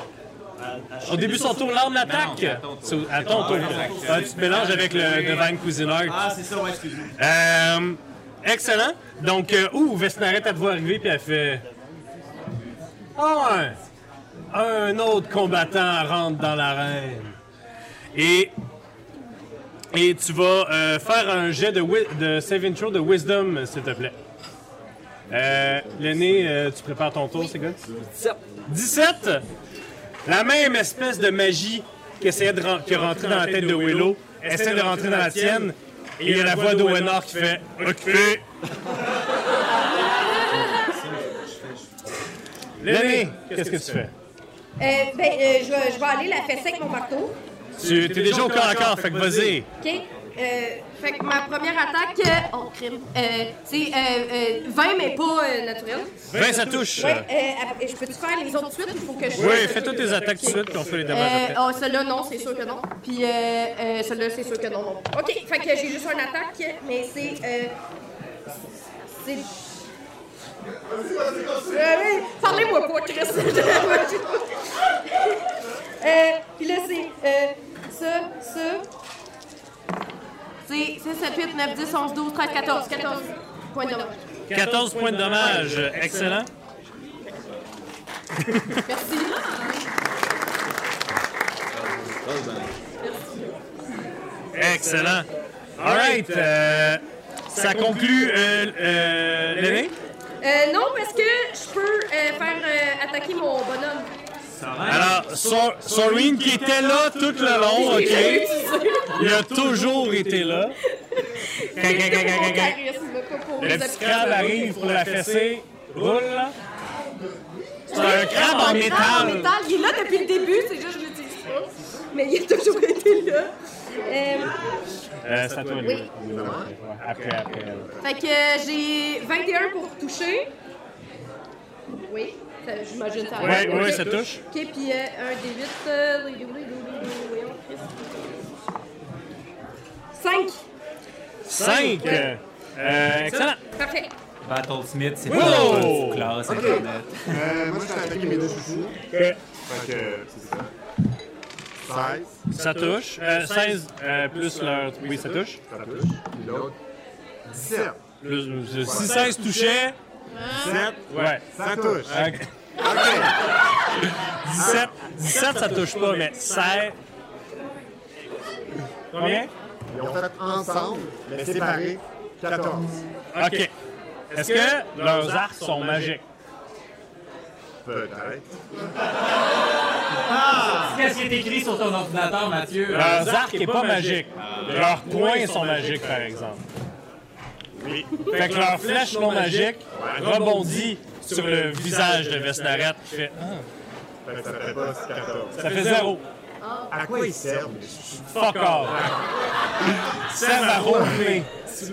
La,
Au début de son tour, l'arme l'attaque. C'est au- À ton tour. Ah, tu te mélanges avec le Divine Cuisineur.
Ah, c'est ça, ouais, excuse-moi.
Euh, excellent. Donc, euh, ouh, Vesnaret, elle te voit arriver, puis elle fait. Ah, un, un autre combattant rentre dans l'arène. Et. Et tu vas euh, faire un jet de, wi- de saving throw de wisdom, s'il te plaît. Euh, Lenné, euh, tu prépares ton tour, c'est good? 17! La même espèce de magie qui essayait de ren- qui est rentrée dans la tête de Willow essaie de rentrer dans la tienne. Et il y a la voix d'Owenor qui fait Occupé! Lenny, qu'est-ce que tu fais?
Euh, ben, euh, je, vais- je vais aller la fesser avec mon marteau.
Tu es déjà au corps à corps, fait que vas-y.
OK? Euh, fait que ma première attaque, euh, oh, crime, euh, c'est euh, euh, 20, mais pas euh, naturel.
20, ça touche.
Ouais, euh, après- je peux-tu faire les autres de suite ou faut que je...
Oui, fais toutes tes attaques tout de suite, puis on fait les dommages
Euh,
après.
oh, celle-là, non, c'est sûr que non. Puis euh, euh, celle-là, c'est sûr que non, non. OK, fait que j'ai juste une attaque, mais c'est... Euh, c'est... Euh, oui, Parlez-moi pas, Chris. (laughs) euh, puis là, c'est euh, ça, ça. C'est 6, 7, 8, 9, 10, 11, 12, 13, 14. 14 points de dommage.
14 points de dommages, excellent.
Merci.
Excellent. All right. euh, ça conclut euh, euh, Lenny?
Euh, non, parce que je peux euh, faire euh, attaquer mon bonhomme.
Alors, Sor- Soreen qui était là tout le long, OK? Il a toujours été là. Quand- quand-
C'est
quand-
pour mon
quand- quand-
charisme, pas pour
Le
les
petit
obstacles.
crabe arrive pour la fesser. Roule. C'est un crabe en
Ah, en
métal.
métal, il est là depuis le début, c'est juste que je l'utilise pas. Mais il a toujours été là. Euh,
Euh, c'est à toi, Lily.
Oui.
Après, après.
fait que euh, j'ai 21 pour toucher. Oui, ça- j'imagine ça.
Ouais,
Ok.
ouais, ça touche.
Ok, puis euh, un D8. Euh, les doublés, les doublés, les doublés, voyons, Chris. 5.
5. euh, excellent.
Parfait.
Battlesmith, c'est
Wow!
pas une petite classe internet.
Euh, moi, je t'ai attaqué mes deux chouchous. Fait que, c'est ça. 16,
Ça touche. Euh, 16 euh, plus leur. Oui, ça touche.
ça touche. Puis l'autre, 17,
Plus- euh, si 16 touchait.
17,
Ouais.
ça touche.
Ok. 17, 17, ça touche pas, mais 16. Combien?
Ils ont fait ensemble, mais séparés, 14.
OK. Est-ce que leurs arcs sont magiques?
Peut-être.
Qu'est-ce qui est écrit sur ton ordinateur, Mathieu?
Leurs arcs n'est Euh, pas magique. Ah, ben, Leurs poings sont magiques, par exemple.
Oui.
Fait que leur flèche non magique rebondit sur le visage de Vesnaret qui fait... Ah,
Fait que ça fait pas 14.
Ça fait zéro.
À quoi ils servent? les chouchous?
Fuck (laughs) off. Ça va rouler.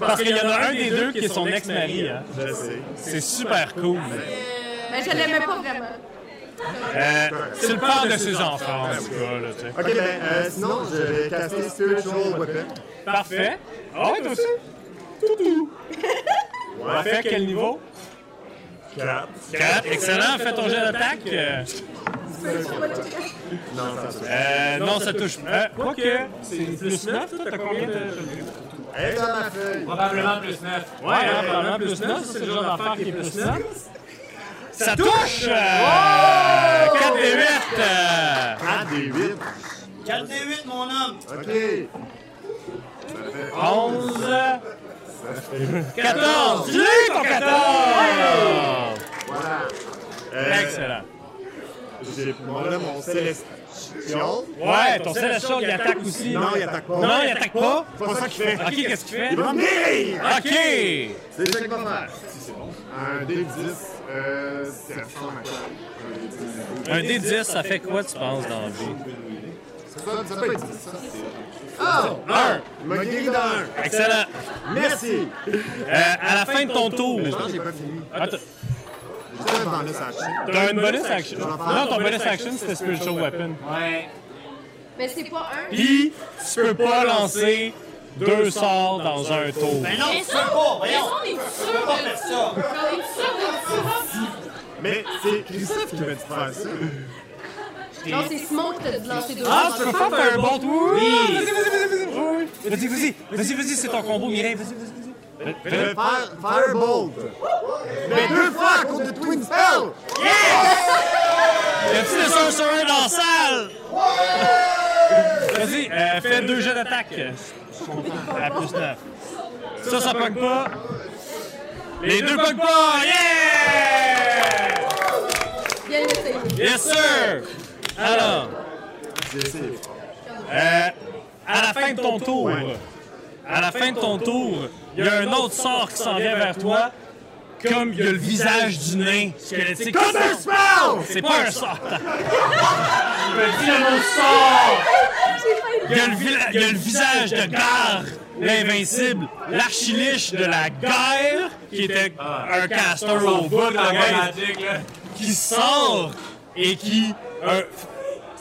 Parce qu'il y en a un des deux qui est son ex-mari. hein.
Je sais.
C'est super cool.
Mais Ben, je l'aimais pas vraiment.
Euh, c'est le père de ses enfants, en tout cas. Là, tu sais.
Ok, ben, euh, sinon, je vais caster Spiritual Weapon.
Parfait. Ah ouais, toi aussi? Toutou. Parfait, quel niveau?
4.
4. Excellent, fais ton jet d'attaque. Euh,
Non, ça se fait.
euh, non, ça touche pas. Quoique, c'est plus 9, toi, t'as combien de...
Elle est dans ma feuille.
Probablement plus 9.
Ouais, hein, probablement plus 9, c'est le genre d'affaire qui est plus 9. Ça touche! Oh! 4 et euh, 8!
4 des 8.
4 des 8, mon homme.
Ok. Ça fait
11, 14! Tu l'as eu, ton 14!
Voilà. Euh,
Excellent.
J'ai mon, là, mon Celestial.
Ouais, ton Celestial, il attaque aussi.
Non, il attaque pas.
Non, il attaque pas.
C'est pas ça qu'il fait.
Ok, qu'est-ce qu'il fait?
Il va mourir!
Ok!
C'est ça qu'il va faire. c'est bon. Un D10. Euh, ça ressemble à quoi? Un D10.
Un D10, ça fait quoi, tu penses, dans la vie?
Ça, Ah! ça peut être 10, ça.
Un!
Il m'a guéri d'un.
Excellent!
Merci!
Euh, à la fin de ton tour,
Je pense que j'ai pas fini.
Attends,
J'ai un bonus à acheter.
t'as une bonus action. Non, ton bonus action, c'était Spiritual Weapon.
Ouais.
Mais c'est pas un.
Puis, tu peux pas lancer deux sorts dans un tour.
Ben non,
Mais
tu peux
ça,
pas,
mais
voyons.
ça, on est sûr
Tu peux pas faire ça.
On est sûr de
Mais c'est Christophe qui m'a dit de faire (laughs) ça.
Non, c'est Simon qui t'a dit de lancer deux
Ah, tu peux
fois dans le
pas
fond.
faire un bon tour? Vas-y, vas-y, vas-y, vas-y. Vas-y, vas-y, vas-y, vas-y, c'est ton combo, Mireille, vas-y, vas-y,
Je vais faire Ben, Firebolt. Mais deux fois à cause de Twin Spell!
vas-y. Y'a-tu des sorcerers dans la salle? Vas-y, euh, fais deux jets d'attaque. À plus 9. Ça, ça pogne pas. Les deux pognent pas! Yeah!
Viens l'essayer.
Yes, sir! Alors...
J'ai essayé.
Euh, à la fin de ton tour, à la fin de ton tour, il y a un autre sort qui s'en vient vers toi, comme il y a le visage du nain squelettique.
Counter Spell!
C'est pas un sort! Je me dis le mot sort! Il y a le, vila- il y a le visage de Gar, l'invincible, l'archiliche de la guerre, qui était un caster au bout de Ah. la guerre
magique, là.
qui sort et qui un-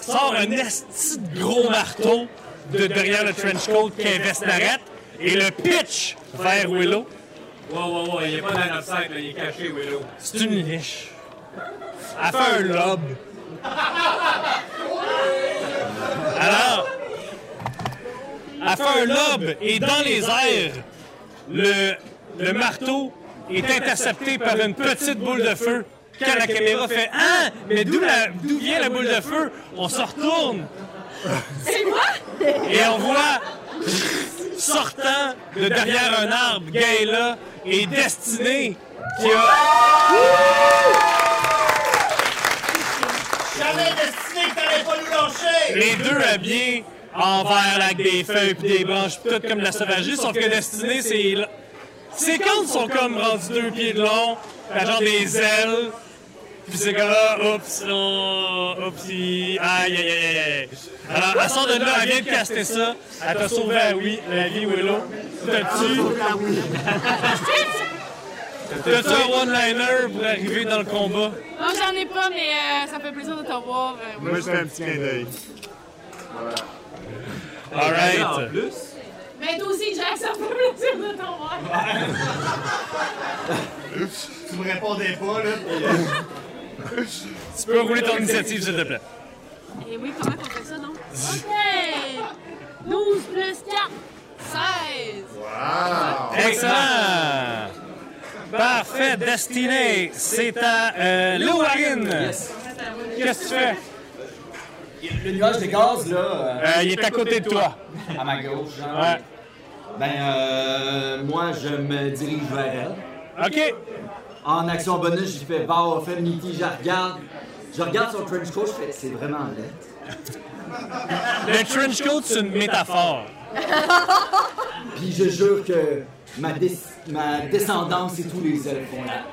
sort un esti de gros marteau de derrière le trench coat qui investe l'arête et le pitch vers Willow.
Wow, wow, wow, il est pas dans notre sac, là, il est caché, Willow.
C'est une liche. Elle fait un lobe. Alors, elle fait un lobe et dans les airs, le, le marteau est intercepté par une petite boule de feu. Quand la caméra fait Ah, mais d'où la- d'où vient la boule de feu On se retourne. C'est moi Et on voit sortant de derrière un arbre, Gaëla est destinée qui a
J'avais destiné que t'allais pas nous lâcher.
les deux habillés en vert avec des feuilles puis des branches, puis tout comme la sauvagerie, sauf que Destinée, c'est... l- Ses cornes sont comme rendues deux pieds de long, la genre des ailes, puis c'est comme là, oups, oh, oups, aïe, aïe, aïe, aïe, aïe. Alors, elle sort de là, elle vient de caster ça, elle t'a sauvé à oui, la vie Willow, t'as tu T'as-tu un one-liner pour arriver dans le combat?
ça. Non, j'en ai pas, mais euh, ça fait plaisir de te voir. euh,
Moi, je fais un petit clin d'œil.
En
Alright.
plus,
Mais toi aussi, Jack, ça fait plaisir de te voir.
Tu me répondais pas, là.
Tu peux rouler ton initiative, s'il te plaît.
Et oui, comment qu'on fait ça, non? OK! 12 plus 4, 16!
Excellent! Parfait, destiné, c'est à euh, Loarine. Qu'est-ce que tu fais?
Le nuage de gaz, là, euh,
Euh, il est à côté de toi.
à ma gauche, genre.
Ouais.
Ben, euh, moi, je me dirige vers elle.
OK.
En action bonus, je fais Vow of Enmity, je regarde. Je regarde son trench coat, je fais c'est vraiment laid.
Le trench coat, c'est une métaphore.
Puis je jure que ma, dé- ma descendance et tous les elfes vont la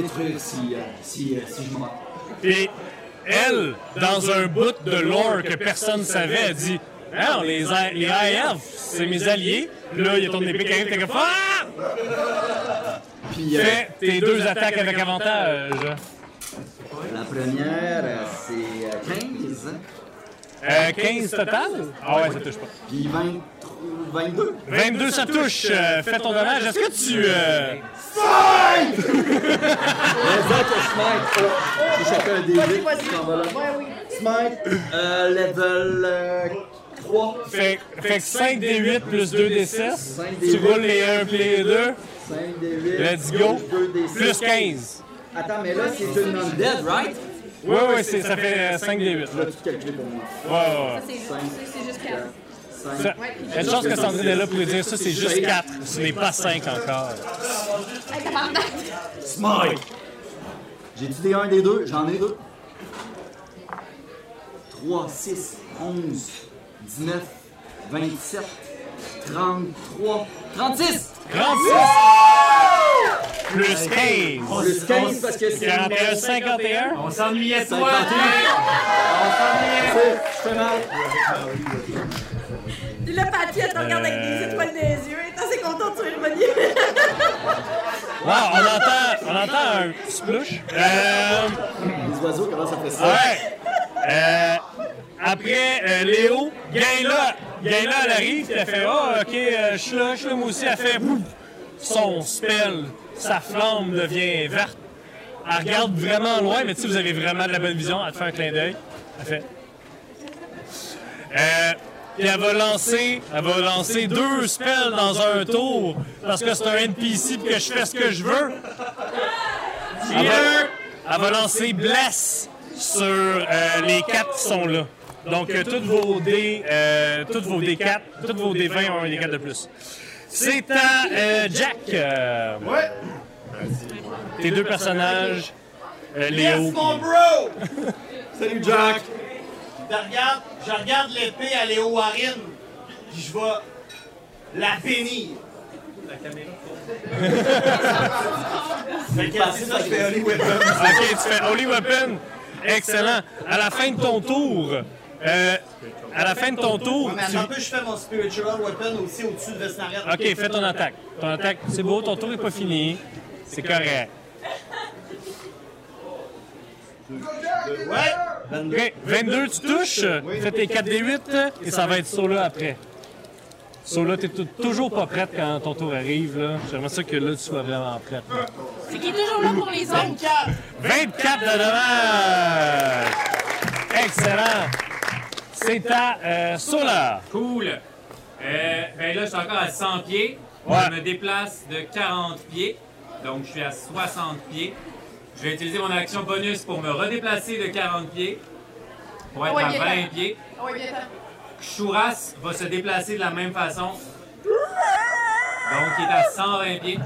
détruire si, euh, si, euh, si je meurs.
Et elle, dans un bout de lore que personne ne savait, elle dit Non, les, A- les AF, c'est mes alliés. Là, il y a ton épée qui arrive, t'es comme Ah!
Puis euh,
Fais tes deux attaques avec avantage.
la première, euh, c'est euh, 15. hein?
Euh, 15 total Ah ouais, ça touche pas.
Puis 20 22.
22, ça touche. Euh, fais ton dommage. Est-ce que tu. euh,
Vas-y, que smite. euh, J'ai chacun des
Vas-y,
dés,
vas-y.
s'en va là.
Ouais, oui.
Smite, euh, level euh, 3.
Fait, fait 5 des 8 plus 2 des 6.
5
Tu
des
roules
8,
les 1 puis les 2.
5 des 8.
Let's go.
2 des 6.
Plus 15.
Attends, mais là, c'est une undead, right?
Ouais, ouais, c'est- ça fait euh, 5 des 8.
Là, tu calcules pour moi.
Ouais, ouais, ouais.
C'est c'est- c'est juste quatre.
5.
Ça- Il y a une chance que Sandrine est là pour lui dire ça, c'est juste 4. Ce n'est pas 5 encore.
Hey, tabarnak.
Smite! J'ai-tu des 1 des 2? J'en ai 2. 3, 6, 11, 19, 27, 33, 36!
36! Plus 15!
Plus 15 parce que c'est
41, 51?
On s'ennuyait hein? de toi! On
51. Je fais mal.
Puis là, Patty, elle te regarde avec des étoiles dans les yeux. Et t'as assez content de tuer le bonnier.
Wow, on entend, on entend un splush. Euh,
Les oiseaux, comment ça fait ça?
ouais. Euh, après, euh, Léo, Gaëla, Gaëla, elle arrive, puis elle fait Ah, ok, euh, je suis là, je suis là, moi aussi. Elle fait Bouf! Son spell, sa flamme devient verte. Elle regarde vraiment loin, mais si vous avez vraiment de la bonne vision, elle te fait un clin d'œil. Elle fait. Euh, puis elle va lancer, elle va lancer deux spells dans un tour parce que c'est un NPC puis que je fais ce que je veux.
Ah
Elle
ben.
va, elle va lancer Bless sur euh, les quatre qui sont là. Donc, euh, toutes vos dés, euh, toutes vos dés 4, toutes vos dés 20 ont un dés 4 de plus. C'est à euh, Jack. euh,
Ouais!
tes deux personnages, euh, Léo.
Yes, mon bro! (laughs)
Salut Jack!
Je regarde, je regarde l'épée à Léo Warren, puis je vais la finir. (laughs) La caméra. fait que c'est ça, je fais Hollywood.
Ok, tu fais Holy Weapon. Excellent. À la fin de ton tour, euh, à la fin de ton tour,
Mais
tu-
attends un peu, je fais mon spiritual weapon aussi au-dessus de Vesnaret.
Ok, fais ton attaque. Ton attaque, c'est beau, ton tour est pas fini. C'est correct.
Ouais.
Ok, 22, tu touches, fais tes 4 d 8 et ça va être Sola après. Sola, t'es tou- toujours pas prête quand ton tour arrive. là. J'aimerais ça que là, tu sois vraiment prête. là.
(laughs) C'est qu'il est toujours là pour les autres.
24 de dommage! Excellent! C'est à euh, Sola.
Cool. Euh, ben là, je suis encore à 100 pieds.
Ouais.
Je me déplace de 40 pieds. Donc, je suis à 60 pieds. Je vais utiliser mon action bonus pour me redéplacer de 40 pieds. Pour être
Ah Ouais,
à
il est
20
là.
pieds.
Oh, il est temps.
Chouras va se déplacer de la même façon. Donc, il est à 120 pieds.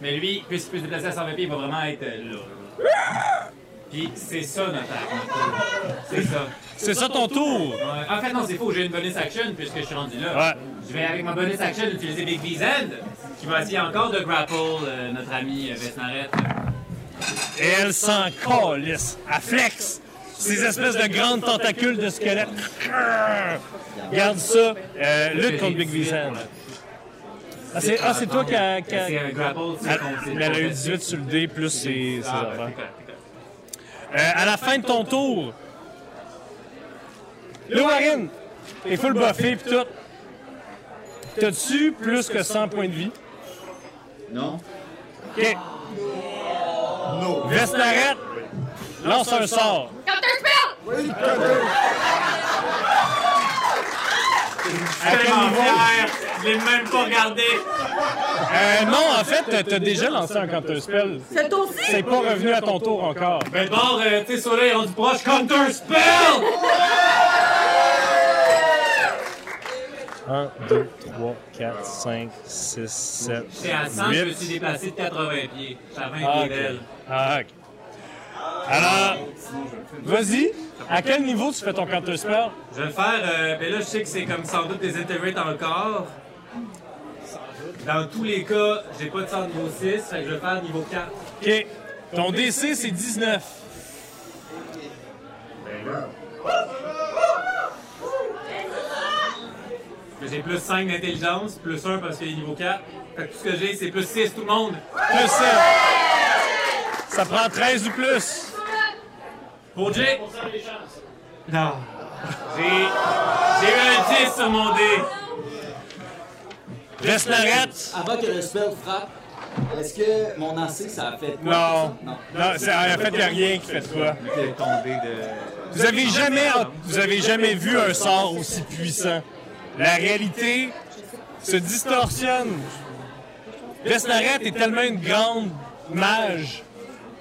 Mais lui, puisqu'il peut se déplacer à 120 pieds, il va vraiment être euh, là. Puis, c'est ça notre attaque. C'est ça.
C'est ça ton tour!
Ouais. En fait, non, c'est faux. J'ai une bonus action puisque je suis rendu là.
Ouais.
Je vais, avec ma bonus action, utiliser Big B's Hand qui va essayer encore de grapple euh, notre ami euh, Vesnaret.
Et elle s'en calisse. Elle flex. Ces espèces de grandes tentacules de squelette. Garde ça. Euh, lutte contre Big Vincent. Ah, c'est ah, c'est toi qui a. qui a-
C'est un grapple, c'est
Elle-
con- c'est
mais elle a eu
con-
18 sur le dé, plus ses, ses
Ah, ben,
affaires.
t'es correct, t'es correct.
Euh, à la fin de ton tour, le Warren, t'es full buffé pis tout. T'as-tu plus que 100 points de vie?
Non?
Ok. Vesnaret, lance un sort.
Counterspell!
À quel
Tellement
niveau?
fier, Je l'ai même pas regardé.
Euh, non, en fait, t'as déjà lancé un counter spell.
Ce tour-ci,
C'est pas revenu à ton tour encore.
Mais bon, euh, tu sais, Soleil, on du proche. Counter Spell!
1, 2, 3, 4, 5, 6, 7,
C'est à 100, je me suis
8.
déplacé de 80 pieds. Je suis à 20
Ah,
pieds
ok.
d'elle.
Ah, ok. Alors, vas-y. À quel niveau tu fais ton counter spell?
Je vais le faire, euh, ben là, je sais que c'est comme sans doute des interrates encore. Dans tous les cas, j'ai pas de sang niveau 6, fait que je vais le faire niveau 4.
Ok. Ton DC, c'est 19.
Ben là,
Mais J'ai plus 5 d'intelligence, plus 1 parce qu'il est niveau 4. Fait que tout ce que j'ai, c'est plus 6 tout le monde.
Plus 7. Ça prend 13 ou plus.
Pour Jay. Non. J'ai j'ai eu un 10 sur mon dé.
Reste la rate.
Avant que le spell frappe, est-ce que mon AC, ça a fait quoi?
Non.
Non.
Non, c'est- en fait, il n'y a rien qui fait de quoi. Vous avez jamais, vous avez jamais vu un sort aussi puissant. La réalité se distorsionne. Vesnaret est tellement une grande mage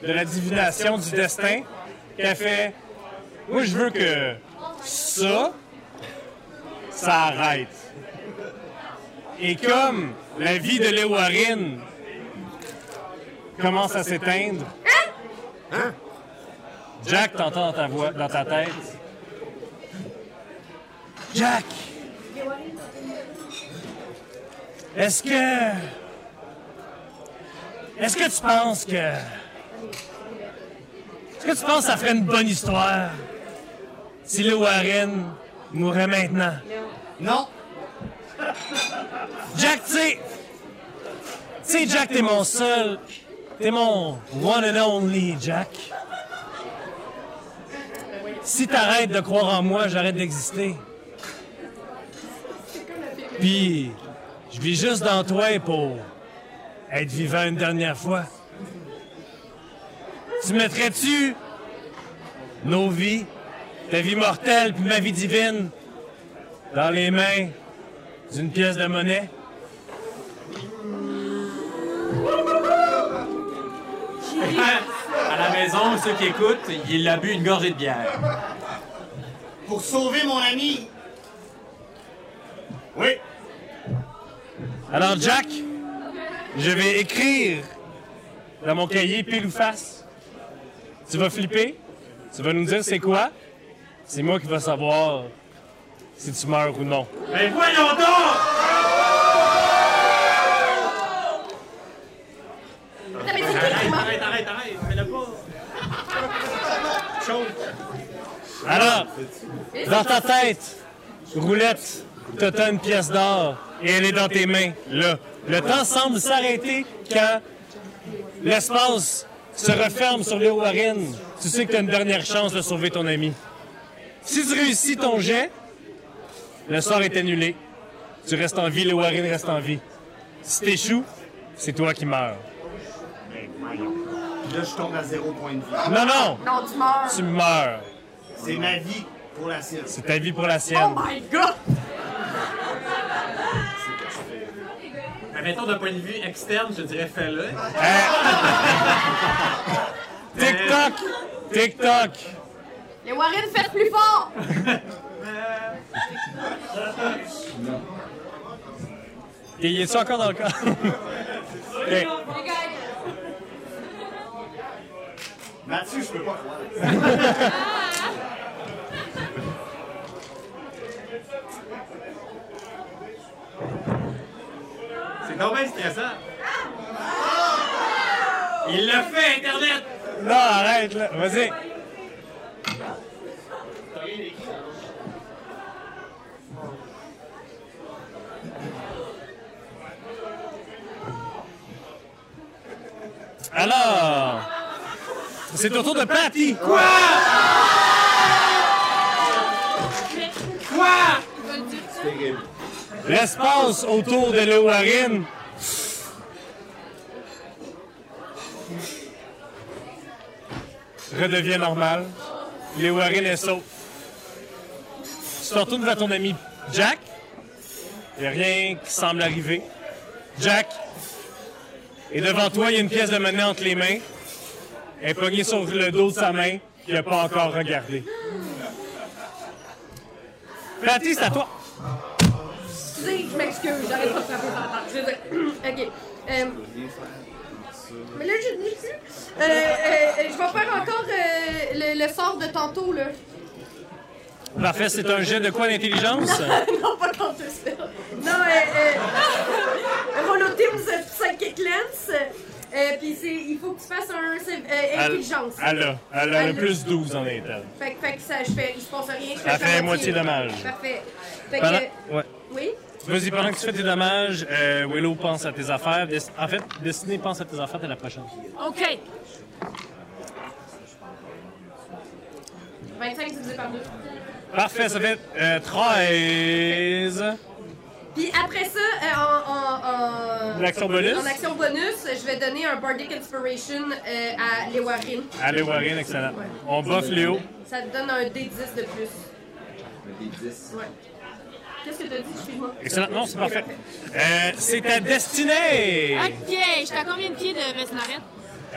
de la divination du destin qu'elle fait Moi, je veux que ça, ça arrête. Et comme la vie de Léwarine commence à s'éteindre, Jack t'entends dans ta voix, dans ta tête. Jack! Est-ce que. Est-ce que tu penses que. Est-ce que tu penses que ça ferait une bonne histoire si le Warren mourait maintenant?
Non,
Jack, tu sais. Tu sais, Jack, t'es mon seul. T'es mon one and only, Jack. Si t'arrêtes de croire en moi, j'arrête d'exister. Puis, je vis juste dans toi pour être vivant une dernière fois. Tu mettrais-tu nos vies, ta vie mortelle puis ma vie divine, dans les mains d'une pièce de monnaie?
à la maison, ceux qui écoutent, il a bu une gorgée de bière.
pour sauver mon ami. Oui.
Alors, Jack, je vais écrire dans mon cahier pile ou face. Tu vas flipper. Tu vas nous dire c'est quoi. C'est moi qui vais savoir si tu meurs ou non.
Mais
Ben,
voyons donc!
Non, mais c'est qui qui m'a-
Arrête, arrête, arrête, fais-le pas.
Alors, dans ta tête, roulette, t'as une pièce d'or et elle est dans tes mains, là. Le temps semble s'arrêter quand l'espace se referme sur les Warren. Tu sais que t'as une dernière chance de sauver ton ami. Si tu réussis ton jet, le sort est annulé. Tu restes en vie, les Warren restent en vie. Si t'échoues, c'est toi qui meurs.
Ben, Là, je tombe à zéro point de vie.
Non, non,
Non, tu meurs.
tu meurs.
C'est ma vie pour la sienne.
C'est ta vie pour la
Oh
sienne.
my god!
Mais mettons d'un point de vue externe, je dirais fais-le.
Eh. Tic-toc! Tic-toc!
Les Warren, faites plus fort!
Et il est encore dans le corps? (laughs) Ok.
Les gars,
Mathieu, je peux pas croire.
C'est quand même stressant. Il l'a fait, Internet!
Non, arrête, là. Vas-y. Alors, c'est au tour de Patty. Quoi?
Quoi?
ils veulent dire ça.
L'espace autour de l'Oarine redevient normal. L'Oarine est sauf. Tu te retournes vers ton ami Jack. Il n'y a rien qui semble arriver. Jack, et devant toi, il y a une pièce de monnaie entre les mains. Elle est pognée sur le dos de sa main, qu'il n'a pas encore regardé. Patty, c'est à toi.
excusez, je m'excuse, j'arrête pas de frapper par terre. Je veux dire, (clears throat) ok. Euh, mais là, je n'ai plus. Euh, euh, je vais faire encore euh, le, le sort de tantôt, là. (laughs)
Parfait, c'est un jet de quoi d'intelligence?
non, pas quand tu fais. Non, euh, euh, Rolotime, c'est Psychic Lens. Euh, Puis c'est- il faut que tu fasses un save- euh,
Elle,
intelligence.
elle a, elle a le
Elle-
plus 12 en interne.
Fait, que- fait que ça, je fais, il se passe rien. Je fais
Elle fait
la
moitié dommage.
Parfait. Fait que, euh,
Pendant- ouais.
oui?
Vas-y, pendant que tu fais tes dommages, euh, Willow pense à tes affaires. Des- En fait, Destiny pense à tes affaires, t'es la prochaine.
OK.
25 divisé par 2.
Parfait, ça fait euh, 13.
Puis après ça, euh, en, en, en,
L'action bonus.
en action bonus, je vais donner un Bardic Inspiration euh, à Lewarin.
Allez, Warren, excellent. On buff Léo.
Ça te donne un D10 de plus.
Des 10.
Ouais. Qu'est-ce que t'as dit? Excuse-moi.
Excellent, non, c'est parfait. Euh, c'est ta destinée!
OK. Je suis à combien de pieds de Vesnarette?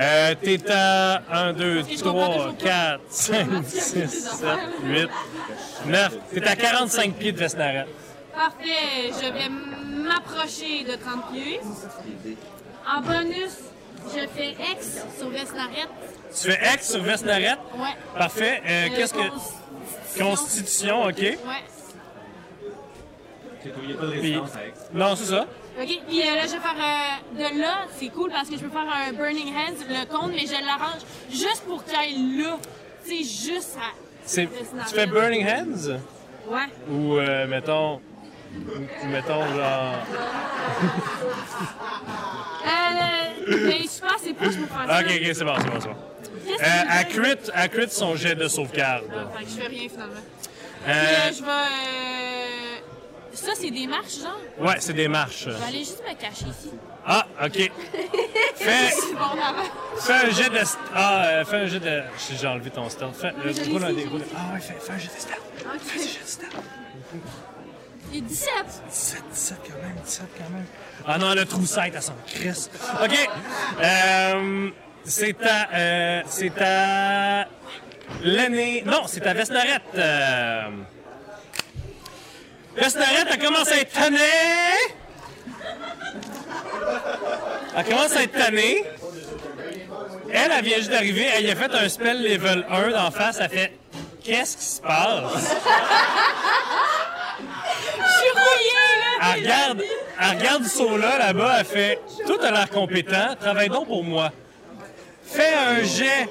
Euh, t'es à 1, 2,
Ok, je comprends
3,
toujours
4, 5,
Ah, tu as
6,
des
7,
affaires.
8, 9. T'es à 45 pieds de Vesnara.
Parfait. Je vais m'approcher de 30 pieds. En bonus, je fais X sur Vesnarette.
Tu fais X sur Vesnarette.
Ouais.
Parfait. Euh,
Euh,
Qu'est-ce que.
cons-
Constitution, OK.
Ouais.
C'est tout, il n'y a pas de
Puis-
résistance à X.
Non, c'est ça.
OK, puis euh, là, je vais faire euh, de là, c'est cool parce que je peux faire un Burning Hands, le compte, mais je l'arrange juste pour qu'il aille là. C'est juste à.
C'est-
Vesnarette.
Tu fais Burning Hands?
Ouais.
Ou, euh, mettons. ou- Mettons, genre.
Euh, mais je sais pas, c'est proche pour faire ça.
Ah, Ok, ok, c'est bon, c'est bon, c'est bon.
Qu'est-ce que
Euh, à,
je fais?
crit, à crit, son jet de sauvegarde.
Fait que je fais rien finalement. Puis
Euh,
euh, je vais. euh, Ça, c'est des marches, genre.
ouais, c'est des marches.
Je vais aller juste me cacher ici.
Ah, ok. Fais,
C'est bon, maman.
fais un jet de. st- Ah, euh, fais un jet de. J'ai- J'ai enlevé ton stealth. Fais, euh,
je l'ai
roule un
ici,
dé,
je
roule-
l'ai
Ah, ouais, fais, fais un jet de stealth. Fais un
Ok.
jet de stealth.
Et 17.
17, 17 quand même, 17 quand même. Ah non, le trou 7, elle s'en crisse. OK. Euh, c'est à... Euh, c'est à... L'année... Non, c'est à Vesnarette. Euh... Vesnarette, elle commence à être tannée. Elle commence à être tannée. Elle, elle vient juste d'arriver. Elle y a fait un spell level 1 d'en face. Elle fait... Qu'est-ce qui se passe?
Je suis rouillée, là.
Elle Ah, regarde, elle regarde Sola là-bas, elle fait Tout a l'air compétent, travaille donc pour moi. Fais un jet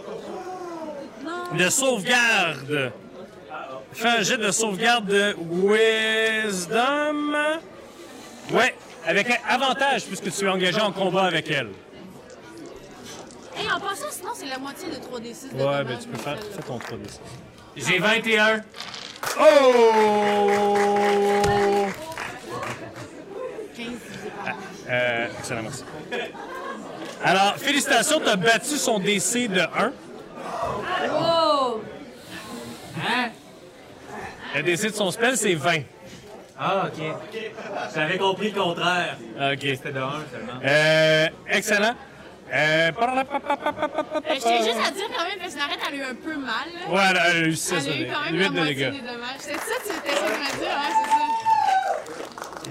de sauvegarde. Fais un jet de sauvegarde de Wisdom. Ouais, avec avantage puisque tu es engagé en combat avec elle.
Et en passant, sinon, c'est la moitié de 3D6. de
Ouais,
dommage,
ben tu peux
mais
faire,
celle-là.
fais ton 3 dessins.
J'ai 21.
Oh!
15 divisé par
Euh, excellent, merci. Alors, félicitations, tu as battu son DC de 1.
Oh!
Hein?
Le DC de son spell, c'est 20.
Ah, ok. J'avais compris le contraire.
OK.
C'était de 1 seulement.
Euh, excellent. Euh, parapapapapapapapa.
Euh, je tiens juste à dire quand même que Snarette, elle a eu un peu mal. là.
Ouais, elle a eu 6
Elle a eu quand même
8 de
la moitié
dégâts.
des dommages. C'est ça, que c'était ça que tu m'as dit, ouais,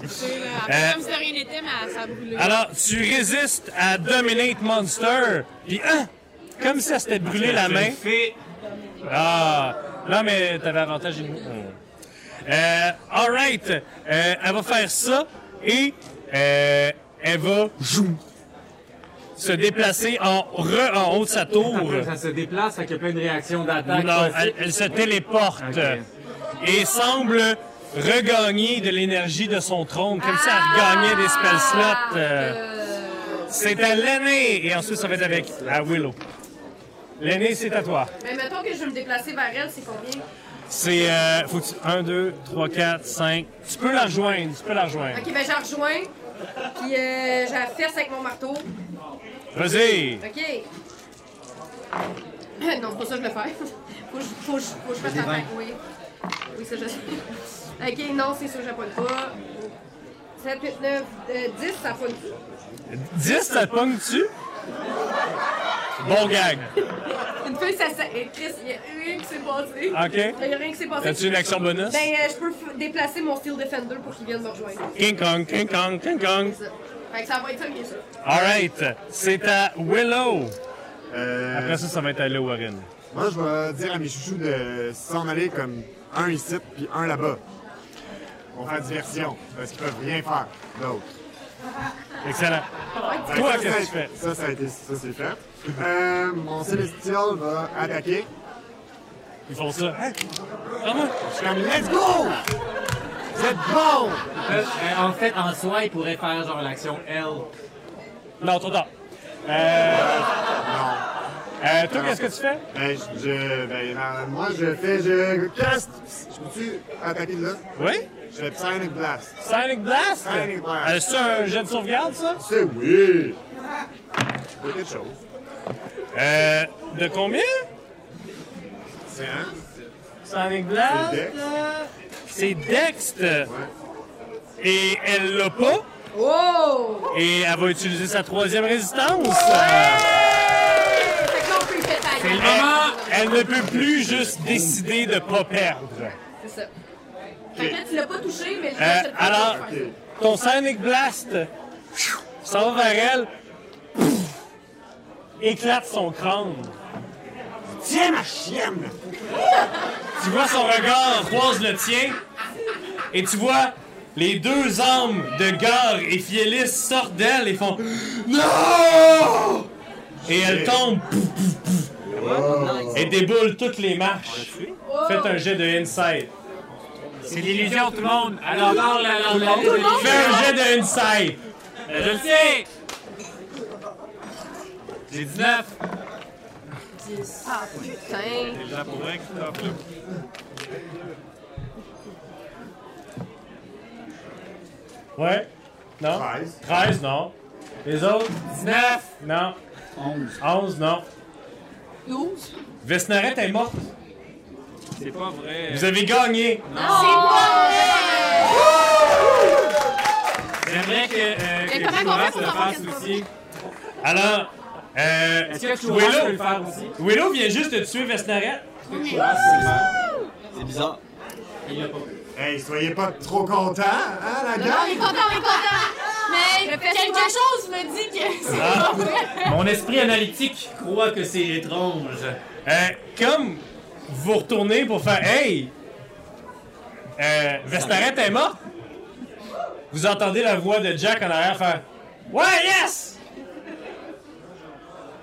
c'est ça. C'est là, après,
Euh,
comme si de rien n'était, mais ça a brûlé.
Alors, tu résistes à Dominate Monster, puis hein, comme si elle s'était brûlé la main.
Fait
Ah, non, mais t'avais avantage une. Euh, alright, euh, elle va faire ça, et euh, elle va zoom, se déplacer en, re, en haut de sa tour.
Ça se déplace, avec plein de réactions d'attaque. Euh,
Non,
possibles.
elle, elle se téléporte
Ok.
et semble regagner de l'énergie de son trône, comme si elle
Ah!
regagnait des spell slots. euh. C'est à l'aîné, et ensuite ça va être avec à Willow. L'aîné, c'est à toi.
Mais ben, mettons que je vais me déplacer vers elle, c'est combien?
C'est. Euh, faut que tu. 1, 2, 3, 4, 5. Tu peux la rejoindre, tu peux la rejoindre.
Ok, ben j'en rejoins. Puis euh, je la fesse avec mon marteau. Ok.
Vas-y!
(coughs) non, c'est pas ça que je vais faire. (laughs) Faut que je, faut que je, faut que je fasse la fin. Oui. Oui, ça je sais. Ok, non, c'est sûr, je pogne pas. 7, 8, 9, euh, 10, ça pogne.
10, ça te pogne-tu? Bon gag!
Une feuille, ça. ça- eh, Chris, il n'y a rien qui s'est passé.
Ok.
Il n'y a rien qui s'est passé.
As-tu une action bonus?
Ben, euh, je peux f- déplacer mon Steel Defender pour qu'il vienne me rejoindre.
King Kong, King Kong, King Kong.
C'est ça. Fait que ça va être ça, bien sûr.
Alright, c'est à Willow.
Euh,
Après ça, ça va être à Lou Warren.
Moi, je vais dire à mes chouchous de s'en aller comme un ici puis un là-bas. On va faire diversion, parce qu'ils peuvent rien faire d'autre.
Excellent.
Ben,
Toi,
ça,
qu'est-ce que tu
ça-
fais?
Ça, ça a été, ça, c'est fait. Euh, mon Célestial va attaquer.
Ils font ça. Hein? Comment?
Je suis comme, let's go! Vous êtes bon!
Euh, euh, en fait, en soi, il pourrait faire genre l'action L.
Non, trop tard. Euh... Euh, toi, qu'est-ce que tu fais?
Ben, je, je- ben, euh, moi, je fais, je cast. Je peux-tu attaquer de là?
Oui?
Je fais Psionic Blast.
Sonic Blast?
Sonic Blast.
Euh, c'est un jet de sauvegarde, ça?
C'est oui! C'est quelque chose.
Euh, de combien?
C'est un.
Sonic Blast?
C'est Dex.
euh, C'est Dext. Et elle l'a pas.
Wow!
Et elle va utiliser sa troisième résistance.
Fait que là, on peut y faire
Elle,
taille.
elle ne peut plus juste décider de pas perdre.
C'est ça. Fait que là, tu l'as pas touché, mais le
Euh,
gars, c'est le
alors,
premier.
ton Sonic Blast s'en va vers elle, pff, éclate son crâne.
Tiens, ma chienne!
Tu vois son regard croise le tien et tu vois les deux âmes de Gare et Fielis sortent d'elle et font Non Et elle tombe pff, pff, pff, et déboule toutes les marches. Faites un jet de insight.
C'est l'illusion, tout le monde. Alors, parle la, la,
Tout
la,
le monde?
Fais un jet de insight.
Euh, Je le sais. J'ai 19.
Ah, putain.
Déjà pour vrai que c'est top, là.
Ouais. Non.
13.
13, non. Les autres?
19.
Non. 11. 11, non.
12.
Vesnaret est morte.
C'est pas vrai.
Vous avez gagné.
J'aimerais que. Euh,
Mais
que
comment on
Chouras
fait pour
le
savoir
fasse
qu'elle se
aussi.
Alors, euh,
Est-ce que Chouras peut le
Willow,
faire aussi?
Willow vient juste de tuer Vesnaret.
C'est bizarre.
Hey, soyez pas trop contents, hein, la
On est
gang?
content, on est content. Mais quelque chose me dit que c'est pas vrai.
Mon esprit analytique croit que c'est étrange.
Euh, comme vous retournez pour faire Hey! Euh, Vesnaret est morte. Vous entendez la voix de Jack en arrière faire Ouais, yes!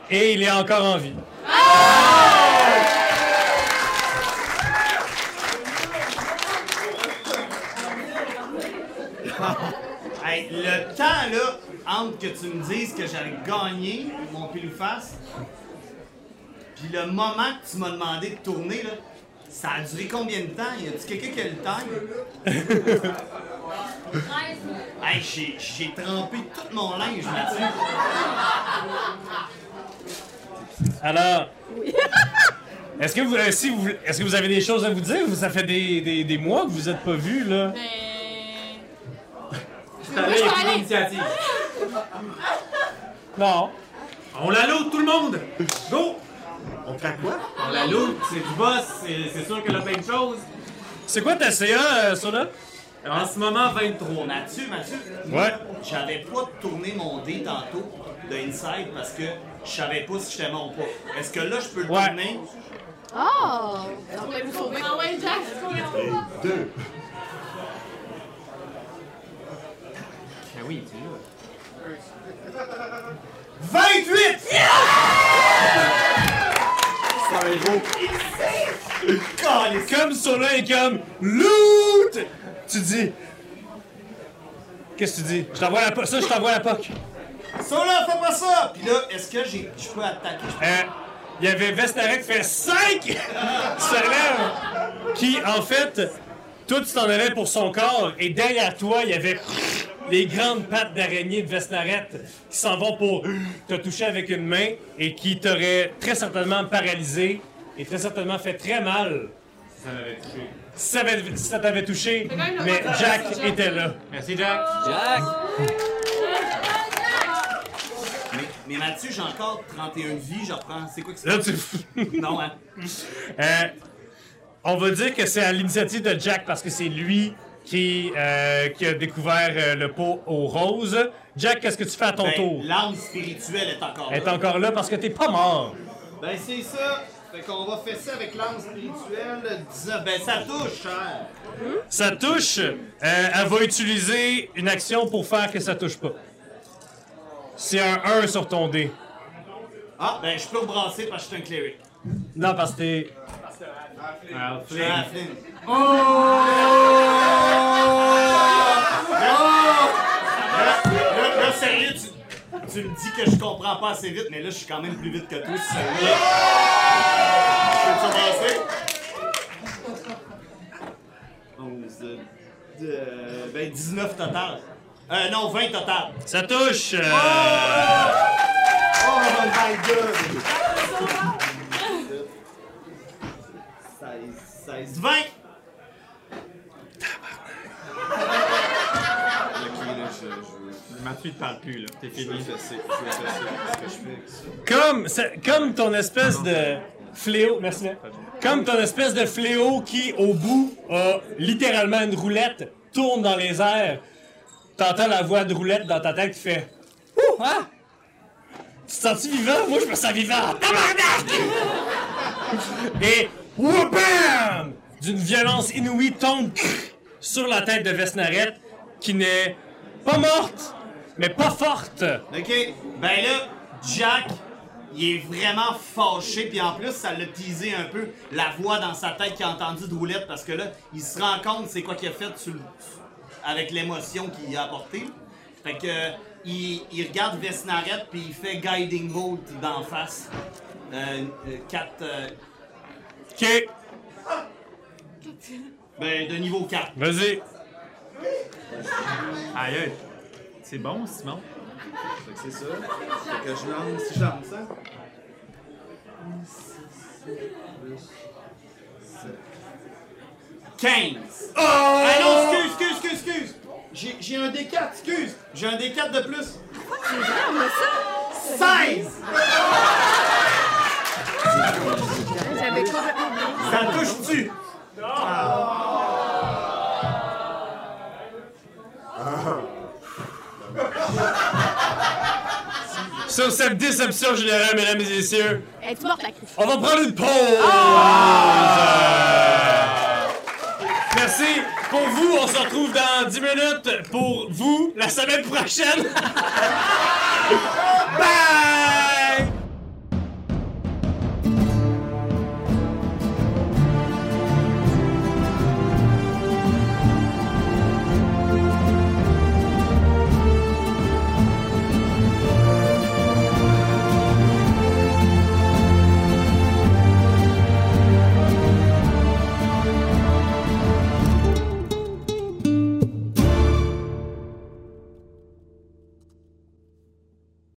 Et il est encore en vie.
Hey, le temps, là, entre que tu me dises que j'allais gagner mon face, puis le moment que tu m'as demandé de tourner, là, ça a duré combien de temps? Y a-tu quelqu'un qui a le temps? Hey, j'ai, j'ai trempé tout mon linge là-dessus.
Alors. Est-ce que, vous, euh, si vous, est-ce que vous avez des choses à vous dire? Vous- Ça fait des, des- des mois que vous n'êtes pas vus, (laughs) là.
Mais.
T'avais
je peux
une
aller.
initiative.
Non.
On la loot, tout le monde! Go!
On fait quoi?
On la loot, c'est du boss, c'est c'est sûr qu'elle a plein de choses.
C'est quoi ta CA, euh, Sona?
En ce moment, 23.
Mathieu, Mathieu,
Ouais.
j'avais pas tourné mon dé tantôt de Inside parce que je savais pas si j'étais mort ou pas. Est-ce que là, je peux le
Ouais.
tourner?
Oh! On va vous sauver.
Ah ouais, Jack,
Et deux.
Ah oui, tu l'as.
28!
C'est un gros.
Calisse.
Comme Sona est comme Loot! Tu dis. Qu'est-ce que tu dis? Je t'envoie la po- Ça, je t'envoie la POC.
Ça là, fais pas ça! Puis là, est-ce que j'ai, je peux attaquer?
Euh, Il y avait Vestarek qui fait 5 (laughs) se lève. Qui, en fait, tout tu t'en allais pour son corps. Et derrière toi, il y avait les grandes pattes d'araignée de Vesnaret qui s'en vont pour te toucher avec une main et qui t'auraient très certainement paralysé et très certainement fait très mal
Ça m'avait touché.
si ça avait- si ça t'avait touché.
quand même le
Mais
droit de
Jack
faire ça, Jack.
était là.
Merci, Jack.
Jack!
Mais Mathieu, j'ai encore 31 de vie, je reprends. C'est quoi que
Là,
c'est?
tu...
Non, hein?
Euh, on va dire que c'est à l'initiative de Jack parce que c'est lui qui, euh, qui a découvert euh, le pot aux roses. Jack, qu'est-ce que tu fais à ton
Ben,
tour?
L'âme spirituelle est encore là.
Elle est encore là parce que t'es pas mort.
Ben, c'est ça. Fait qu'on va fesser avec l'âme spirituelle. 19. Ben, ça touche, cher.
Ça touche. euh, elle va utiliser une action pour faire que ça touche pas. C'est un 1 sur ton dé.
Ah, ben, je peux rebrasser parce que je suis un cleric.
Non, parce que t'es.
Je suis un halfling. Oh! Là, là, là, sérieux, tu, tu me dis que je comprends pas assez vite, mais là, je suis quand même plus vite que toi, si sérieux. Peux-tu brasser? 11, euh, euh, ben 19 total. Euh, non, 20 total.
Ça touche! euh,
Oh my god! 16, 16, 20!
Mathieu, il te parle plus, là. T'es fini.
comme, ça- comme ton espèce de fléau, merci. Nat. Comme ton espèce de fléau qui, au bout, a littéralement une roulette, tourne dans les airs. T'entends la voix de roulette dans ta tête qui fait Ouh, hein? Tu te sens-tu vivant? Moi, je me sens vivant. Tabarnak! (laughs) Et whoopam! D'une violence inouïe tombe sur la tête de Vesnaret, qui n'est pas morte, mais pas forte.
Ok, ben là, Jack, il est vraiment fâché, puis en plus, ça l'a teasé un peu la voix dans sa tête qu'il a entendu de roulette, parce que là, il se rend compte c'est quoi qu'il a fait sur le- avec l'émotion qu'il a apportée. Fait que, il, il regarde Vesnaret, puis il fait Guiding Bolt d'en face. Euh, 4.
Ok,
ben, de niveau 4.
vas-y.
Aïe, aïe. C'est bon, Simon?
Fait que c'est ça. Fait que je lance, si je lance, hein? Plus
15!
Oh!
Ah non, excuse, excuse, excuse, excuse! J'ai- J'ai un D4, excuse! J'ai un D4 de plus! C'est vrai, on a ça! 16!
J'avais complètement oublié.
Ça touche-tu?
Sur cette déception générale, mesdames et messieurs,
Es-tu morte, la crise?
on va prendre une pause! Merci pour vous, on se retrouve dans 10 minutes pour vous la semaine prochaine! (laughs) Bye!